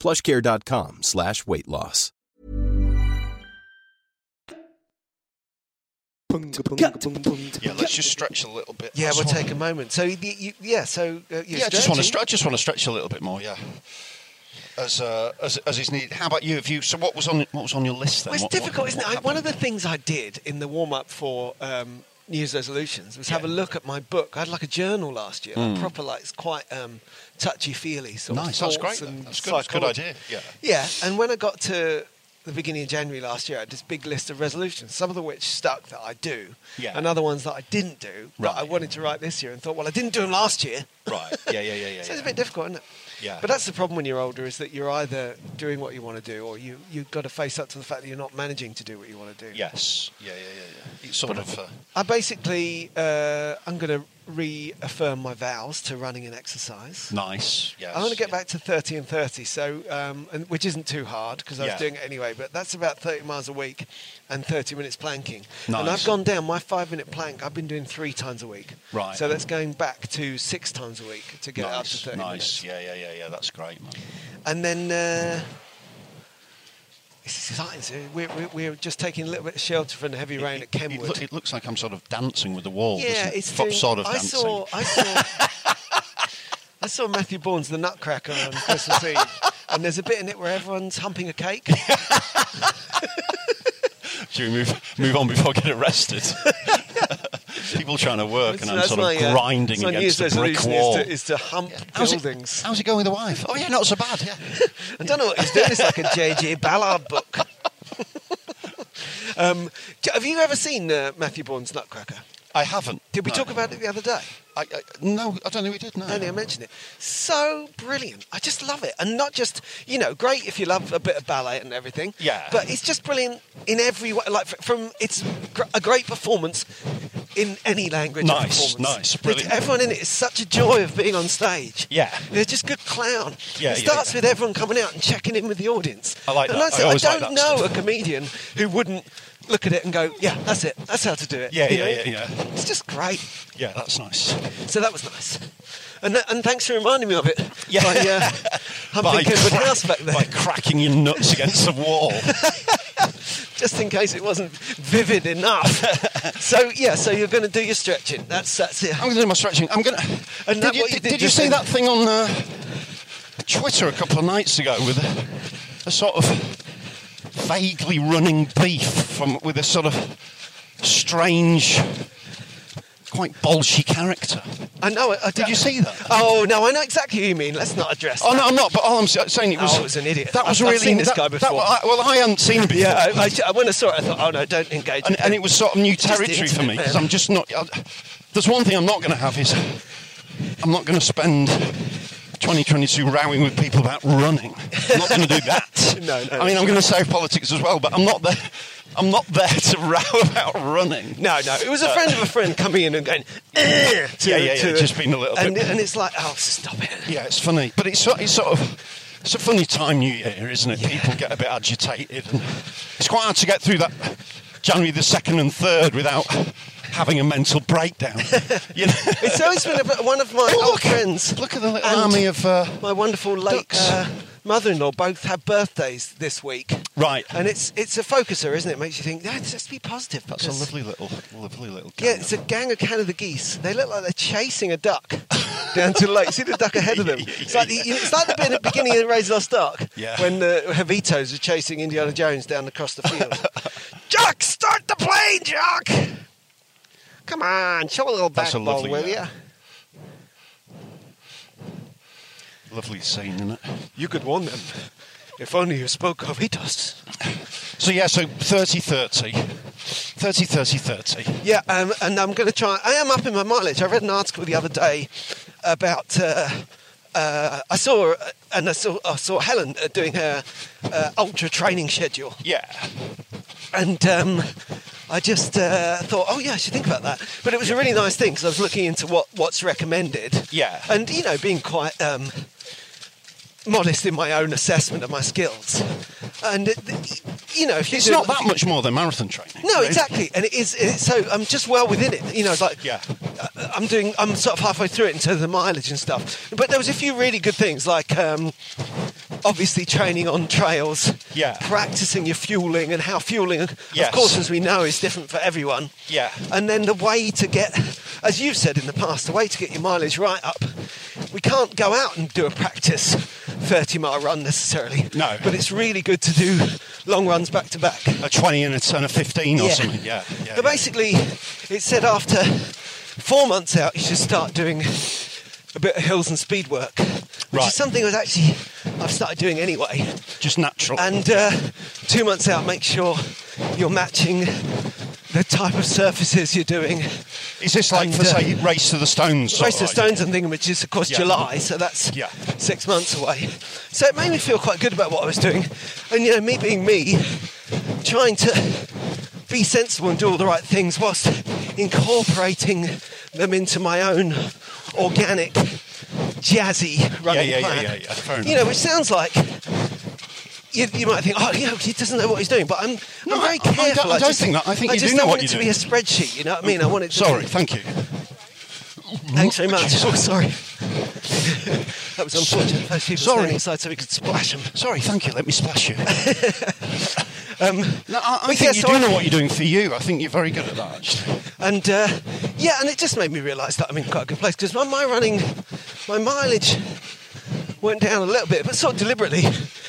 Speaker 5: plushcare.com slash weight loss.
Speaker 3: Yeah, let's just stretch a little bit.
Speaker 2: Yeah,
Speaker 3: That's
Speaker 2: we'll
Speaker 3: all.
Speaker 2: take a moment. So, you, you, yeah, so. Uh, you're
Speaker 3: Yeah, I just want
Speaker 2: stretching.
Speaker 3: to stretch. I just want to stretch a little bit more. Yeah. As, uh, as, as is needed. How about you? If you so, what was on what was on your list then?
Speaker 2: Well, it's
Speaker 3: What- what-
Speaker 2: difficult, isn't
Speaker 3: what
Speaker 2: it? I,
Speaker 3: happened?
Speaker 2: one of the things I did in the warm up for um, New Year's resolutions was have a look at my book. I had like a journal last year, like proper, like, it's quite um, touchy feely sort
Speaker 3: Mm. Nice,
Speaker 2: of.
Speaker 3: that's great,
Speaker 2: thoughts
Speaker 3: though.
Speaker 2: and
Speaker 3: That's good, that's a good
Speaker 2: psychology.
Speaker 3: idea, yeah.
Speaker 2: Yeah, and when I got to the beginning of January last year, I had this big list of resolutions, some of the which stuck that I do,
Speaker 3: Yeah.
Speaker 2: and other ones that I didn't do, but I
Speaker 3: Right.
Speaker 2: wanted to write this year and thought, well, I didn't do them last year.
Speaker 3: Right. Yeah, yeah, yeah, yeah.
Speaker 2: So it's a
Speaker 3: yeah.
Speaker 2: bit difficult, isn't it?
Speaker 3: Yeah.
Speaker 2: But that's the problem when you're older is that you're either doing what you want to do or you, you've got to face up to the fact that you're not managing to do what you want to do.
Speaker 3: Yes. Yeah, yeah, yeah, yeah. It's sort of. Uh,
Speaker 2: I basically, uh, I'm going to reaffirm my vows to running and exercise.
Speaker 3: Nice. Yes.
Speaker 2: I want to get back to 30 and 30, so um, and, which isn't too hard because I was
Speaker 3: Yeah.
Speaker 2: doing it anyway, but that's about 30 miles a week and 30 minutes planking. And
Speaker 3: Nice.
Speaker 2: I've gone down my five minute plank, I've been doing three times a week.
Speaker 3: Right.
Speaker 2: So that's going back to six times a week to get
Speaker 3: nice.
Speaker 2: up to 30
Speaker 3: nice.
Speaker 2: minutes.
Speaker 3: Yeah, yeah, yeah, yeah. That's great, man.
Speaker 2: And then uh, it's exciting. So we're, we're, we're just taking a little bit of shelter from the heavy rain at
Speaker 3: It- It,
Speaker 2: Kenwood.
Speaker 3: loo- it looks like I'm sort of dancing with the wall.
Speaker 2: Yeah,
Speaker 3: doesn't it?
Speaker 2: it's
Speaker 3: Fo-
Speaker 2: doing-
Speaker 3: sort of
Speaker 2: I
Speaker 3: dancing.
Speaker 2: saw. I saw. I saw Matthew Bourne's The Nutcracker on Christmas Eve, and there's a bit in it where everyone's humping a cake.
Speaker 3: Should we move move on before I get arrested? People trying to work, and I'm
Speaker 2: That's
Speaker 3: sort of
Speaker 2: my, uh,
Speaker 3: grinding
Speaker 2: that's my
Speaker 3: against
Speaker 2: New
Speaker 3: the
Speaker 2: Year's
Speaker 3: brick
Speaker 2: resolution
Speaker 3: wall.
Speaker 2: Is to, is to hump
Speaker 3: How's it,
Speaker 2: buildings.
Speaker 3: how's it going with the wife? Oh yeah, not so bad. Yeah.
Speaker 2: I don't know what he's doing. It's like a J.J. Ballard book. um, d- have you ever seen uh, Matthew Bourne's Nutcracker?
Speaker 3: I haven't.
Speaker 2: Did we
Speaker 3: no.
Speaker 2: talk about it the other day?
Speaker 3: I, I, no, I don't think we did. No.
Speaker 2: I Only I mentioned it. So brilliant. I just love it. And not just, you know, great if you love a bit of ballet and everything.
Speaker 3: Yeah.
Speaker 2: But it's just brilliant in every way. Like, fr- from it's gr- a great performance in any language. of
Speaker 3: Nice,
Speaker 2: performance.
Speaker 3: nice, brilliant.
Speaker 2: It's- everyone in it is such a joy of being on stage.
Speaker 3: Yeah.
Speaker 2: They're just good clown.
Speaker 3: Yeah,
Speaker 2: It
Speaker 3: yeah,
Speaker 2: starts
Speaker 3: yeah.
Speaker 2: with everyone coming out and checking in with the audience.
Speaker 3: I like
Speaker 2: and
Speaker 3: that.
Speaker 2: that's
Speaker 3: I
Speaker 2: it. I
Speaker 3: always like
Speaker 2: don't
Speaker 3: that
Speaker 2: know
Speaker 3: stuff.
Speaker 2: a comedian who wouldn't look at it and go, yeah, that's it. That's how to do it.
Speaker 3: Yeah,
Speaker 2: You
Speaker 3: yeah,
Speaker 2: know?
Speaker 3: yeah, yeah.
Speaker 2: It's just great.
Speaker 3: Yeah, that's nice.
Speaker 2: So that was nice. And, th- and thanks for reminding me of it.
Speaker 3: Yeah.
Speaker 2: By, uh, I'm thinking of
Speaker 3: crack-
Speaker 2: a house back there,
Speaker 3: by cracking your nuts against the wall.
Speaker 2: just in case it wasn't vivid enough. so yeah, so you're going to do your stretching. That's that's it.
Speaker 3: I'm going to do my stretching. I'm going to.
Speaker 2: And
Speaker 3: did
Speaker 2: that
Speaker 3: you,
Speaker 2: what you
Speaker 3: did,
Speaker 2: did
Speaker 3: did you
Speaker 2: just
Speaker 3: see
Speaker 2: then?
Speaker 3: that thing on uh, Twitter a couple of nights ago with a, a sort of vaguely running beef from with a sort of strange, quite bolshy character?
Speaker 2: I know it. I
Speaker 3: Did you see that?
Speaker 2: Oh no, I know exactly who you mean. Let's not address.
Speaker 3: Oh
Speaker 2: that.
Speaker 3: no, I'm not. But all I'm s- saying it was
Speaker 2: Oh, it was an idiot.
Speaker 3: That was
Speaker 2: I've- I've
Speaker 3: really
Speaker 2: seen this
Speaker 3: that-
Speaker 2: guy
Speaker 3: that
Speaker 2: before.
Speaker 3: wa- I- well, I hadn't seen him before.
Speaker 2: Yeah, I, I, when I saw it, I thought, oh no, don't engage.
Speaker 3: and,
Speaker 2: with
Speaker 3: and
Speaker 2: him.
Speaker 3: it was sort of new
Speaker 2: the
Speaker 3: territory for
Speaker 2: internet,
Speaker 3: me because
Speaker 2: man.
Speaker 3: I'm just not. I, there's one thing I'm not going to have is I'm not going to spend 2022 rowing with people about running. I'm not going to do that.
Speaker 2: No, no,
Speaker 3: I mean,
Speaker 2: no.
Speaker 3: I'm going to save politics as well, but I'm not there. I'm not there to row about running.
Speaker 2: No, no, it was a friend of a friend coming in and going. "Eh," to
Speaker 3: Uh. Yeah,
Speaker 2: the-
Speaker 3: yeah,
Speaker 2: to
Speaker 3: yeah,
Speaker 2: the-
Speaker 3: just being a little
Speaker 2: and,
Speaker 3: bit-
Speaker 2: And it's like, oh, stop it.
Speaker 3: Yeah, it's funny, but it's, sort- it's sort of it's a funny time New Year, isn't it? People get a bit agitated, and it's quite hard to get through that January the second and third without having a mental breakdown. you know.
Speaker 2: It's always been about one of my
Speaker 3: Oh,
Speaker 2: old friends.
Speaker 3: Look at the little
Speaker 2: And-
Speaker 3: army of. Uh,
Speaker 2: my wonderful late
Speaker 3: Ducks.
Speaker 2: uh, mother-in-law both had birthdays this week.
Speaker 3: Right.
Speaker 2: And it's it's a focuser, isn't it? It makes you think, let's just be positive.
Speaker 3: that's a
Speaker 2: because-
Speaker 3: lovely little, lovely little.
Speaker 2: Yeah,
Speaker 3: gang
Speaker 2: it's a
Speaker 3: of-
Speaker 2: gang of Canada geese. They look like they're chasing a duck down to the lake. See the duck ahead of them? It's like the, it's like the bit at the beginning of Raise Lost Ark
Speaker 3: Yeah.
Speaker 2: when the Javitos are chasing Indiana Jones down across the field. Jock, start the plane, Jock! Come on, show a uh, little
Speaker 3: That's a
Speaker 2: backbone,
Speaker 3: lovely,
Speaker 2: will
Speaker 3: yeah.
Speaker 2: you?
Speaker 3: lovely scene, isn't it?
Speaker 2: You could warn them. If only you spoke Javitos.
Speaker 3: So yeah, so 30 30. 30 30 30.
Speaker 2: Yeah, um, and I'm going to try. I am up in my mileage. I read an article the other day about. Uh, uh, I saw and I saw, I saw Helen uh, doing her uh, ultra training schedule,
Speaker 3: Yeah.
Speaker 2: and um, I just uh, thought, oh yeah, I should think about that. But it was a really nice thing because I was looking into what, what's recommended.
Speaker 3: Yeah.
Speaker 2: and you know, being quite um, modest in my own assessment of my skills, and it, you know, if you
Speaker 3: It's
Speaker 2: do-
Speaker 3: not that much more than marathon training.
Speaker 2: No,
Speaker 3: right?
Speaker 2: exactly, and it is. It's, so I'm just well within it. You know, it's like
Speaker 3: Yeah.
Speaker 2: I- I'm doing. I'm sort of halfway through it in terms of mileage and stuff. But there was a few really good things, like um, obviously training on trails,
Speaker 3: Yeah.
Speaker 2: practicing your fueling and how fueling,
Speaker 3: Yes.
Speaker 2: of course, as we know, is different for everyone.
Speaker 3: Yeah.
Speaker 2: And then the way to get, as you've said in the past, the way to get your mileage right up, we can't go out and do a practice 30 mile run necessarily.
Speaker 3: No.
Speaker 2: But it's really good to do long runs back to back.
Speaker 3: A 20 and a, and a 15 or something. Yeah. yeah,
Speaker 2: But
Speaker 3: yeah.
Speaker 2: basically, it said after four months out, you should start doing a bit of hills and speed work, which
Speaker 3: Right.
Speaker 2: is something that actually I've started doing anyway.
Speaker 3: Just natural.
Speaker 2: And uh, two months out, make sure you're matching the type of surfaces you're doing.
Speaker 3: Is this like,
Speaker 2: and,
Speaker 3: for
Speaker 2: uh,
Speaker 3: say, Race to the Stones? sort
Speaker 2: Race to
Speaker 3: of
Speaker 2: Stones
Speaker 3: idea?
Speaker 2: and thinking, which is of course
Speaker 3: Yeah.
Speaker 2: July, so that's
Speaker 3: Yeah.
Speaker 2: six months away. So it made me feel quite good about what I was doing, and you know, me being me, trying to be sensible and do all the right things whilst incorporating them into my own organic, jazzy running
Speaker 3: yeah, yeah,
Speaker 2: plan.
Speaker 3: yeah, yeah, fair
Speaker 2: You know, which sounds like you, you might think, oh, you know, he doesn't know what he's doing, but I'm,
Speaker 3: No,
Speaker 2: I'm very
Speaker 3: I- I don't-
Speaker 2: careful.
Speaker 3: I don't
Speaker 2: just
Speaker 3: think that. I think
Speaker 2: I
Speaker 3: you
Speaker 2: just
Speaker 3: do know
Speaker 2: don't
Speaker 3: what
Speaker 2: want it
Speaker 3: you're
Speaker 2: to be a spreadsheet. You know what I mean? I want it. To
Speaker 3: Sorry,
Speaker 2: be-
Speaker 3: thank you.
Speaker 2: Thanks very much. Oh, sorry. that was unfortunate. Those people
Speaker 3: Sorry.
Speaker 2: standing inside so we could splash them.
Speaker 3: Sorry, thank you. Let me splash you.
Speaker 2: Um,
Speaker 3: No, I,
Speaker 2: but
Speaker 3: I think
Speaker 2: yeah,
Speaker 3: you
Speaker 2: so I-
Speaker 3: do know what you're doing for you. I think you're very good at that, actually.
Speaker 2: And uh, yeah, and it just made me realise that I'm in quite a good place because my, my running, my mileage went down a little bit, but sort of deliberately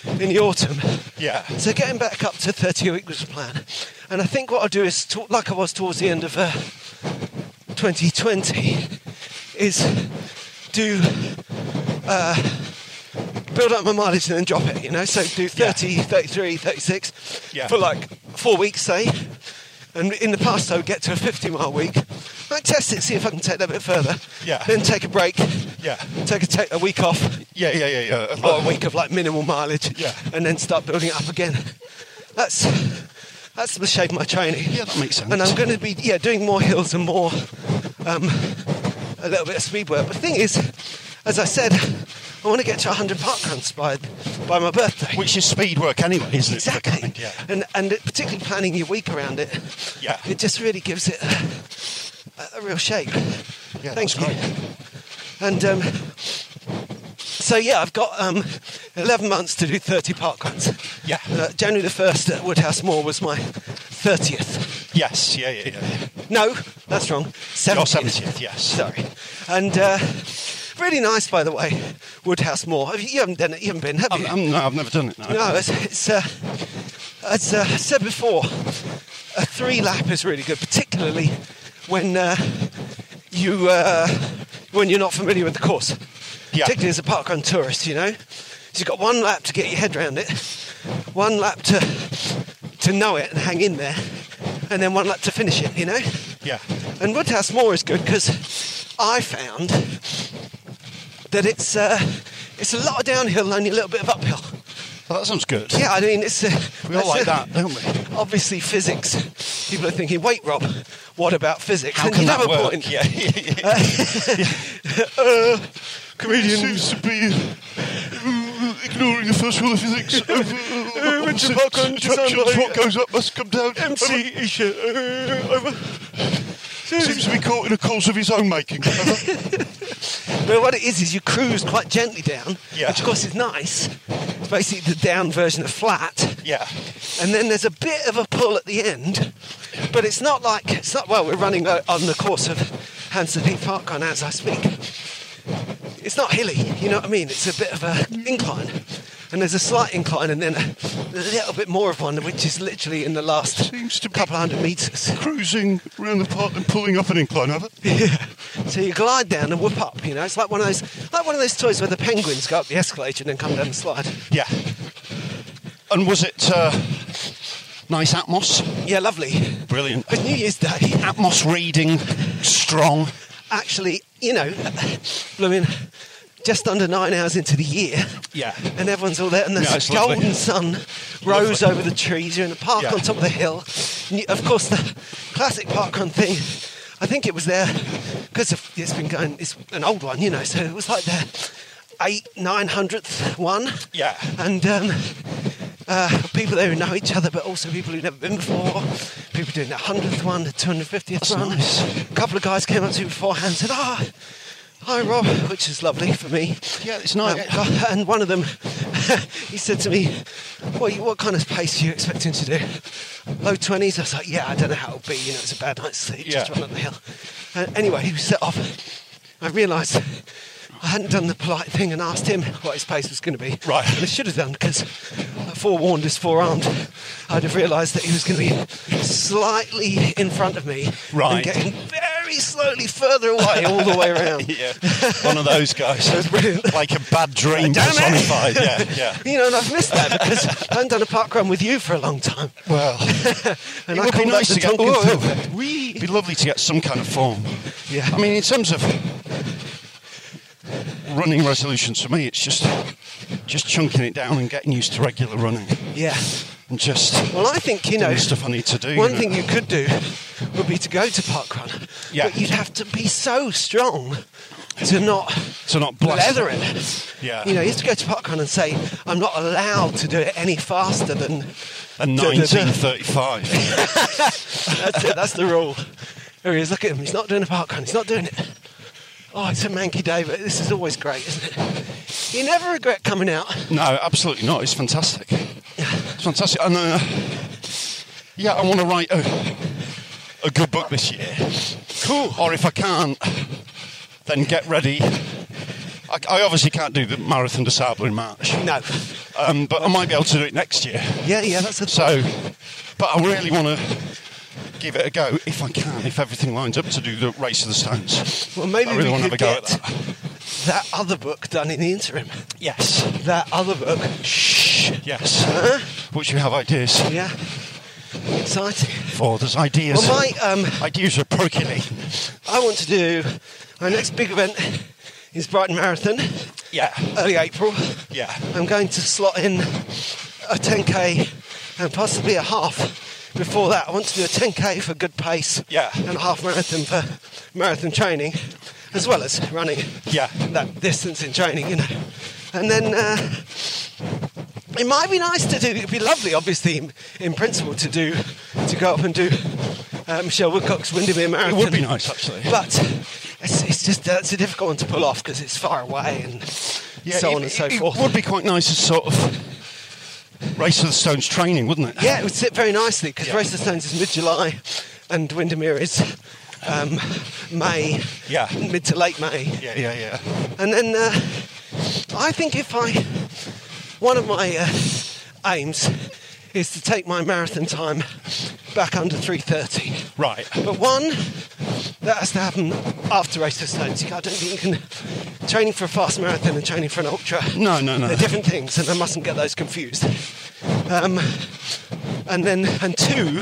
Speaker 2: in the autumn.
Speaker 3: Yeah.
Speaker 2: So getting back up to 30 a week was the plan. And I think what I'll do is, to, like I was towards the end of uh, 2020, is do uh, build up my mileage and then drop it, you know? So do 30, 33, 36
Speaker 3: Yeah.
Speaker 2: for like four weeks, say. And in the past, I would get to a 50 mile week. I test it, see if I can take that a bit further.
Speaker 3: Yeah.
Speaker 2: Then take a break.
Speaker 3: Yeah.
Speaker 2: Take a, take a week off
Speaker 3: Yeah, yeah, yeah, yeah.
Speaker 2: or a week of like minimal mileage,
Speaker 3: Yeah.
Speaker 2: and then start building it up again. That's that's the shape of my training.
Speaker 3: Yeah, that makes sense.
Speaker 2: And I'm going to be yeah doing more hills and more um, a little bit of speed work. But the thing is, as I said, I want to get to 100 parkruns by by my birthday.
Speaker 3: Which is speed work anyway, isn't it?
Speaker 2: exactly.
Speaker 3: Yeah.
Speaker 2: And and it- particularly planning your week around it.
Speaker 3: Yeah.
Speaker 2: It just really gives it a, a real shape.
Speaker 3: Yeah,
Speaker 2: Thank
Speaker 3: that's
Speaker 2: you.
Speaker 3: great.
Speaker 2: And um, so, yeah, I've got um, 11 months to do 30 park runs.
Speaker 3: Yeah.
Speaker 2: Uh, January the 1st at Woodhouse Moor was my 30th.
Speaker 3: Yes, yeah, yeah, yeah.
Speaker 2: No, that's wrong. 70th.
Speaker 3: Your 70th, yes.
Speaker 2: Sorry. And uh, really nice, by the way, Woodhouse Moor. Have you, you haven't done it, you haven't been, have
Speaker 3: I'm,
Speaker 2: you?
Speaker 3: I'm, no, I've never done it, no.
Speaker 2: no, it's, it's uh, as uh, I said before, a three lap is really good, particularly when uh, you uh, when you're not familiar with the course.
Speaker 3: Yeah.
Speaker 2: Particularly as a parkrun tourist, you know, so you've got one lap to get your head around it, one lap to to know it and hang in there, and then one lap to finish it. You know.
Speaker 3: Yeah.
Speaker 2: And Woodhouse Moor is good because I found that it's uh, it's a lot of downhill, only a little bit of uphill.
Speaker 3: Well, that sounds good.
Speaker 2: Yeah, I mean, it's. Uh,
Speaker 3: We all
Speaker 2: it's,
Speaker 3: like
Speaker 2: uh,
Speaker 3: that, don't we?
Speaker 2: Obviously, physics. People are thinking, wait, Rob, what about physics?
Speaker 3: How
Speaker 2: and
Speaker 3: can
Speaker 2: you
Speaker 3: that
Speaker 2: have a
Speaker 3: work?
Speaker 2: point.
Speaker 3: Yeah, yeah, yeah.
Speaker 2: Uh, comedian.
Speaker 3: to be uh, ignoring the first rule of physics.
Speaker 2: uh, when you walk on sunlight,
Speaker 3: goes up must come down.
Speaker 2: MC Isha. Uh, over.
Speaker 3: Seems to be caught in a course of his own making.
Speaker 2: Well, what it is is you cruise quite gently down,
Speaker 3: Yeah.
Speaker 2: which of course is nice. It's basically the down version of flat.
Speaker 3: yeah.
Speaker 2: and then there's a bit of a pull at the end, but it's not like it's not. Well, we're running o- on the course of Hanson Heath Park on as I speak. It's not hilly, you know what I mean? It's a bit of an incline, and there's a slight incline, and then a little bit more of one, which is literally in the last
Speaker 3: Seems to be-
Speaker 2: couple of hundred meters.
Speaker 3: Cruising around the park and pulling up an incline over.
Speaker 2: So you glide down and whoop up, you know. It's like one of those, like one of those toys where the penguins go up the escalator and then come down the slide.
Speaker 3: Yeah. And was it uh, nice Atmos?
Speaker 2: Yeah, lovely.
Speaker 3: Brilliant.
Speaker 2: It's New Year's Day.
Speaker 3: Atmos reading, strong.
Speaker 2: actually, you know, I mean, just under nine hours into the year.
Speaker 3: Yeah.
Speaker 2: And everyone's all there, and the
Speaker 3: Yeah, it's
Speaker 2: golden
Speaker 3: lovely.
Speaker 2: sun rose
Speaker 3: Lovely.
Speaker 2: over the trees. You're in the park
Speaker 3: Yeah.
Speaker 2: on top of the hill. And you- of course, the classic parkrun thing. I think it was there because it's been going. It's an old one, you know. So it was like the eight, nine hundredth one.
Speaker 3: Yeah.
Speaker 2: And um, uh, people there who know each other, but also people who've never been before. People doing the hundredth one, the two hundred fiftieth one.
Speaker 3: nice.
Speaker 2: A couple of guys came up to me beforehand and said, "Ah, hi Rob," which is lovely for me.
Speaker 3: Yeah, it's nice.
Speaker 2: Um, and one of them, he said to me, "Well, you, what kind of pace are you expecting to do? Low 20s? I was like, "Yeah, I don't know how it'll be. You know, it's a bad night's sleep. Just
Speaker 3: Yeah.
Speaker 2: run up the hill." Uh, anyway, he was set off. I realised. I hadn't done the polite thing and asked him what his pace was going to be.
Speaker 3: Right.
Speaker 2: And I should have done because I forewarned his forearmed. I'd have realised that he was going to be slightly in front of me. And
Speaker 3: Right.
Speaker 2: getting very slowly further away all the way around.
Speaker 3: Yeah. One of those guys.
Speaker 2: That's brilliant.
Speaker 3: Like a bad dream
Speaker 2: Damn it.
Speaker 3: personified. Yeah, yeah.
Speaker 2: You know, and I've missed that because I haven't done a park run with you for a long time.
Speaker 3: Well,
Speaker 2: And
Speaker 3: it
Speaker 2: I
Speaker 3: would be
Speaker 2: called
Speaker 3: nice
Speaker 2: up the
Speaker 3: to get.
Speaker 2: Tonkin
Speaker 3: Whoa,
Speaker 2: Silver.
Speaker 3: whoa. It'd be lovely to get some kind of form.
Speaker 2: Yeah.
Speaker 3: I mean, in terms of running resolutions, for me, it's just just chunking it down and getting used to regular running.
Speaker 2: Yeah.
Speaker 3: and just
Speaker 2: Well, I think you know
Speaker 3: doing stuff I need to do.
Speaker 2: One
Speaker 3: you know.
Speaker 2: thing you could do would be to go to parkrun.
Speaker 3: Yeah.
Speaker 2: But you'd have to be so strong to not
Speaker 3: To not blast
Speaker 2: leather
Speaker 3: it.
Speaker 2: it.
Speaker 3: Yeah.
Speaker 2: You know, you have to go to parkrun and say, "I'm not allowed to do it any faster than."
Speaker 3: and
Speaker 2: Da, da, da.
Speaker 3: 1935.
Speaker 2: That's it. That's the rule. There he is. Look at him. He's not doing a parkrun. He's not doing it. Oh, it's a manky day, but this is always great, isn't it? You never regret coming out.
Speaker 3: no, absolutely not. It's fantastic. It's fantastic. And uh, yeah, I want to write a, a good book this year. Cool. Or if I can't, then get ready. I, I obviously can't do the Marathon de Sable in March.
Speaker 2: No.
Speaker 3: Um, but I might be able to do it next year.
Speaker 2: Yeah, yeah. That's the
Speaker 3: So, but I really want to give it a go if I can, if everything lines up to do the Race of the Stones.
Speaker 2: Well, maybe
Speaker 3: I really
Speaker 2: we
Speaker 3: want to have a
Speaker 2: could get-
Speaker 3: go at that.
Speaker 2: that other book done in the interim.
Speaker 3: Yes.
Speaker 2: That other book. Shh.
Speaker 3: Yes. Which you have ideas
Speaker 2: Yeah. Exciting.
Speaker 3: for. There's ideas.
Speaker 2: Well, my, um,
Speaker 3: ideas are percolating.
Speaker 2: I want to do my next big event is Brighton Marathon,
Speaker 3: Yeah.
Speaker 2: early April.
Speaker 3: Yeah.
Speaker 2: I'm going to slot in a 10k and possibly a half before that. I want to do a 10k for good pace.
Speaker 3: Yeah.
Speaker 2: And a half marathon for marathon training, as well as running.
Speaker 3: Yeah.
Speaker 2: That distance in training, you know. And then. Uh, it might be nice to do. It'd be lovely, obviously, in, in principle, to do to go up and do uh, Michelle Woodcock's Windermere Marathon.
Speaker 3: would be nice, actually.
Speaker 2: But it's, it's just that's a difficult one to pull off because it's far away and so
Speaker 3: it-
Speaker 2: on and so
Speaker 3: it, it
Speaker 2: forth.
Speaker 3: would be quite nice as sort of Race of the Stones training, wouldn't it?
Speaker 2: Yeah, it would sit very nicely because
Speaker 3: Yeah.
Speaker 2: Race of the Stones is mid-July and Windermere is um, May,
Speaker 3: Yeah.
Speaker 2: mid to late May.
Speaker 3: Yeah, yeah, yeah.
Speaker 2: And then uh, I think if I, one of my uh, aims is to take my marathon time back under 3.30.
Speaker 3: Right.
Speaker 2: But one, that has to happen after race of stones. I don't think you can, training for a fast marathon and training for an ultra.
Speaker 3: No, no, no.
Speaker 2: They're different things and I mustn't get those confused. Um, and then, and two,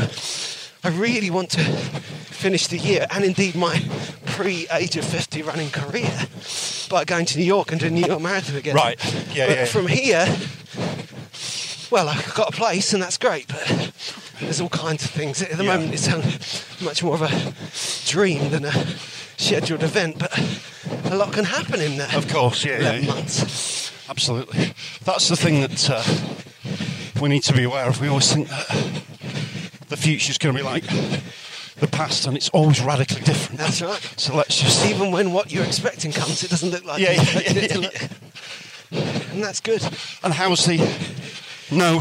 Speaker 2: I really want to finish the year and indeed my pre age of 50 running career by going to New York and doing New York Marathon again.
Speaker 3: Right. Yeah,
Speaker 2: But
Speaker 3: yeah.
Speaker 2: From here, well, I've got a place and that's great, but there's all kinds of things. At the
Speaker 3: Yeah.
Speaker 2: moment, it's um, much more of a dream than a scheduled event, but a lot can happen in there.
Speaker 3: Of course, yeah,
Speaker 2: 11
Speaker 3: yeah.
Speaker 2: months.
Speaker 3: Absolutely. That's the thing that uh, we need to be aware of. We always think that the future's going to be like the past, and it's always radically different.
Speaker 2: That's right.
Speaker 3: So let's just.
Speaker 2: Even when what you're expecting comes, it doesn't look like
Speaker 3: Yeah,
Speaker 2: you
Speaker 3: yeah,
Speaker 2: expected
Speaker 3: yeah,
Speaker 2: it to
Speaker 3: yeah.
Speaker 2: look. And that's good.
Speaker 3: And how's the. No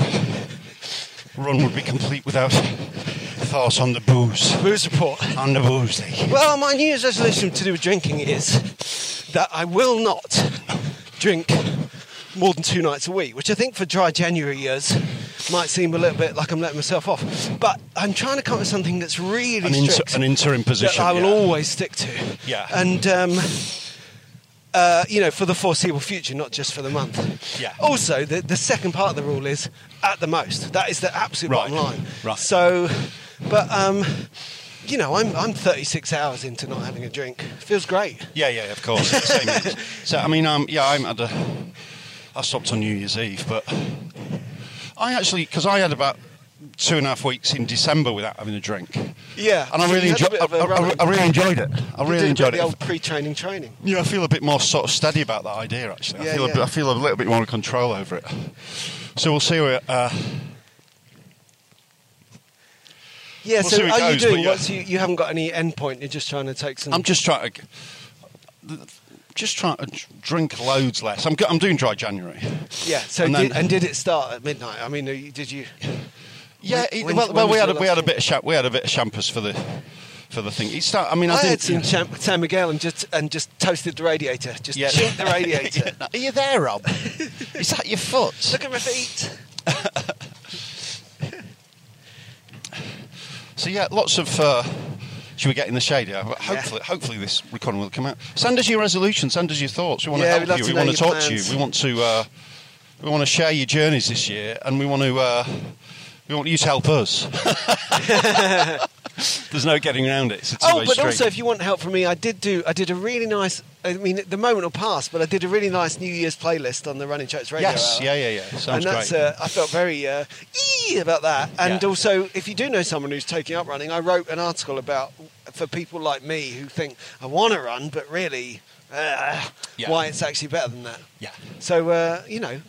Speaker 3: run would be complete without thoughts on the booze.
Speaker 2: Booze report.
Speaker 3: On the booze day.
Speaker 2: Well, my New Year's resolution to do with drinking is that I will not drink more than two nights a week, which I think for dry January years might seem a little bit like I'm letting myself off. But I'm trying to come up with something that's really
Speaker 3: An, inter-
Speaker 2: strict
Speaker 3: an interim position.
Speaker 2: that I will
Speaker 3: yeah.
Speaker 2: always stick to.
Speaker 3: Yeah.
Speaker 2: And um, uh, you know, for the foreseeable future, not just for the month.
Speaker 3: Yeah.
Speaker 2: Also, the, the second part of the rule is at the most. That is the absolute
Speaker 3: Right.
Speaker 2: bottom line.
Speaker 3: Right.
Speaker 2: So, but um, you know, I'm I'm 36 hours into not having a drink. Feels great.
Speaker 3: Yeah, yeah, of course. Same here. so, I mean, um, yeah, I'm had a, I stopped on New Year's Eve, but I actually, because I had about two and a half weeks in December without having a drink, and
Speaker 2: Yeah.
Speaker 3: I
Speaker 2: You had a
Speaker 3: really enjoyed.
Speaker 2: bit
Speaker 3: I,
Speaker 2: of a
Speaker 3: I-
Speaker 2: run-in.
Speaker 3: I really enjoyed it. I
Speaker 2: You
Speaker 3: really
Speaker 2: did
Speaker 3: enjoyed
Speaker 2: the
Speaker 3: it.
Speaker 2: old pre-training training.
Speaker 3: yeah, I feel a bit more sort of steady about that idea. Actually,
Speaker 2: Yeah,
Speaker 3: I feel
Speaker 2: yeah.
Speaker 3: a bit, I feel a little bit more control over it. So we'll see where. Uh,
Speaker 2: Yeah.
Speaker 3: We'll
Speaker 2: so,
Speaker 3: see how it
Speaker 2: are
Speaker 3: goes,
Speaker 2: you
Speaker 3: but
Speaker 2: doing?
Speaker 3: yeah.
Speaker 2: What's you, you haven't got any end point. You're just trying to take some.
Speaker 3: I'm just trying to. Just trying to dr- drink loads less. I'm, go- I'm doing dry January.
Speaker 2: yeah. So, and
Speaker 3: and then-
Speaker 2: did, and did it start at midnight? I mean, are you- did you?
Speaker 3: Yeah,
Speaker 2: When-
Speaker 3: it-
Speaker 2: when-
Speaker 3: well,
Speaker 2: when
Speaker 3: well we
Speaker 2: was
Speaker 3: had a,
Speaker 2: your
Speaker 3: we
Speaker 2: last
Speaker 3: had a bit of sha- we had a bit of champers for the for the thing. It start, I mean, I,
Speaker 2: I had
Speaker 3: didn't.
Speaker 2: some champ, San Miguel and just and just toasted the radiator. Just
Speaker 3: Yeah.
Speaker 2: chinked the radiator.
Speaker 3: Are you there, Rob? Is that your foot?
Speaker 2: Look at my feet.
Speaker 3: So yeah, lots of. Uh, should we get in the shade? Yeah, but hopefully, hopefully this recording will come out. Send us your resolutions. Send us your thoughts. We want
Speaker 2: Yeah,
Speaker 3: to
Speaker 2: we'd
Speaker 3: help
Speaker 2: love
Speaker 3: you.
Speaker 2: to
Speaker 3: we
Speaker 2: know
Speaker 3: want to
Speaker 2: your
Speaker 3: talk to
Speaker 2: plans.
Speaker 3: you. We want to. Uh, we want to share your journeys this year, and we want to. Uh, we want you to help us. There's no getting around it. It's a
Speaker 2: Oh,
Speaker 3: two-way
Speaker 2: but
Speaker 3: street.
Speaker 2: also if you want help from me, I did do I did a really nice I mean, the moment will pass, but I did a really nice New Year's playlist on the Running Chats radio.
Speaker 3: Yes,
Speaker 2: hour.
Speaker 3: yeah, yeah, yeah. Sounds
Speaker 2: and that's
Speaker 3: great.
Speaker 2: uh, I felt very uh, ee about that. And
Speaker 3: Yeah.
Speaker 2: also, if you do know someone who's taking up running, I wrote an article about for people like me who think I want to run, but really, uh,
Speaker 3: Yeah.
Speaker 2: why it's actually better than that.
Speaker 3: Yeah.
Speaker 2: So uh, you know,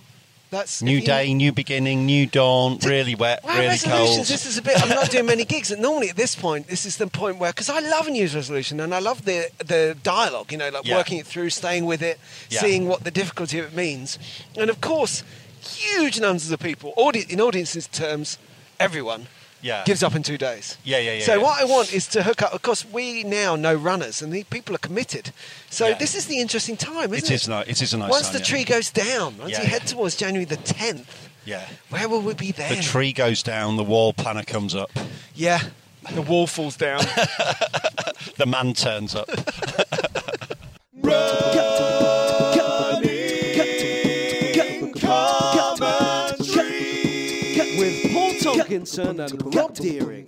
Speaker 2: that's
Speaker 3: New
Speaker 2: if you-
Speaker 3: day, new beginning, new dawn. Really wet,
Speaker 2: Wow,
Speaker 3: really
Speaker 2: resolutions.
Speaker 3: cold.
Speaker 2: This is a bit. I'm not doing many gigs, and normally at this point, this is the point where because I love a news resolution and I love the the dialogue. You know, like
Speaker 3: Yeah.
Speaker 2: working it through, staying with it,
Speaker 3: Yeah.
Speaker 2: seeing what the difficulty of it means, and of course, huge numbers of people, audi- in audiences terms, everyone.
Speaker 3: Yeah.
Speaker 2: Gives up in two days.
Speaker 3: Yeah, yeah, yeah,
Speaker 2: So
Speaker 3: yeah.
Speaker 2: what I want is to hook up. Of course, we now know runners, and the people are committed. So
Speaker 3: Yeah.
Speaker 2: this is the interesting time, isn't it?
Speaker 3: is ni- it is a nice
Speaker 2: Once
Speaker 3: time,
Speaker 2: the
Speaker 3: yeah.
Speaker 2: tree goes down, once
Speaker 3: Yeah,
Speaker 2: you head
Speaker 3: yeah.
Speaker 2: towards January the tenth,
Speaker 3: Yeah.
Speaker 2: where will we be then?
Speaker 3: The tree goes down, the wall planner comes up,
Speaker 2: Yeah. The wall falls down.
Speaker 3: the man turns up.
Speaker 6: With Paul Tomkinson and Rob Deering.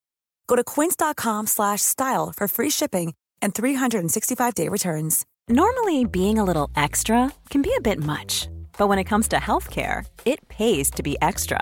Speaker 7: Go to quince.com/style slash style for free shipping and 365-day returns.
Speaker 8: Normally, being a little extra can be a bit much, but when it comes to healthcare, it pays to be extra.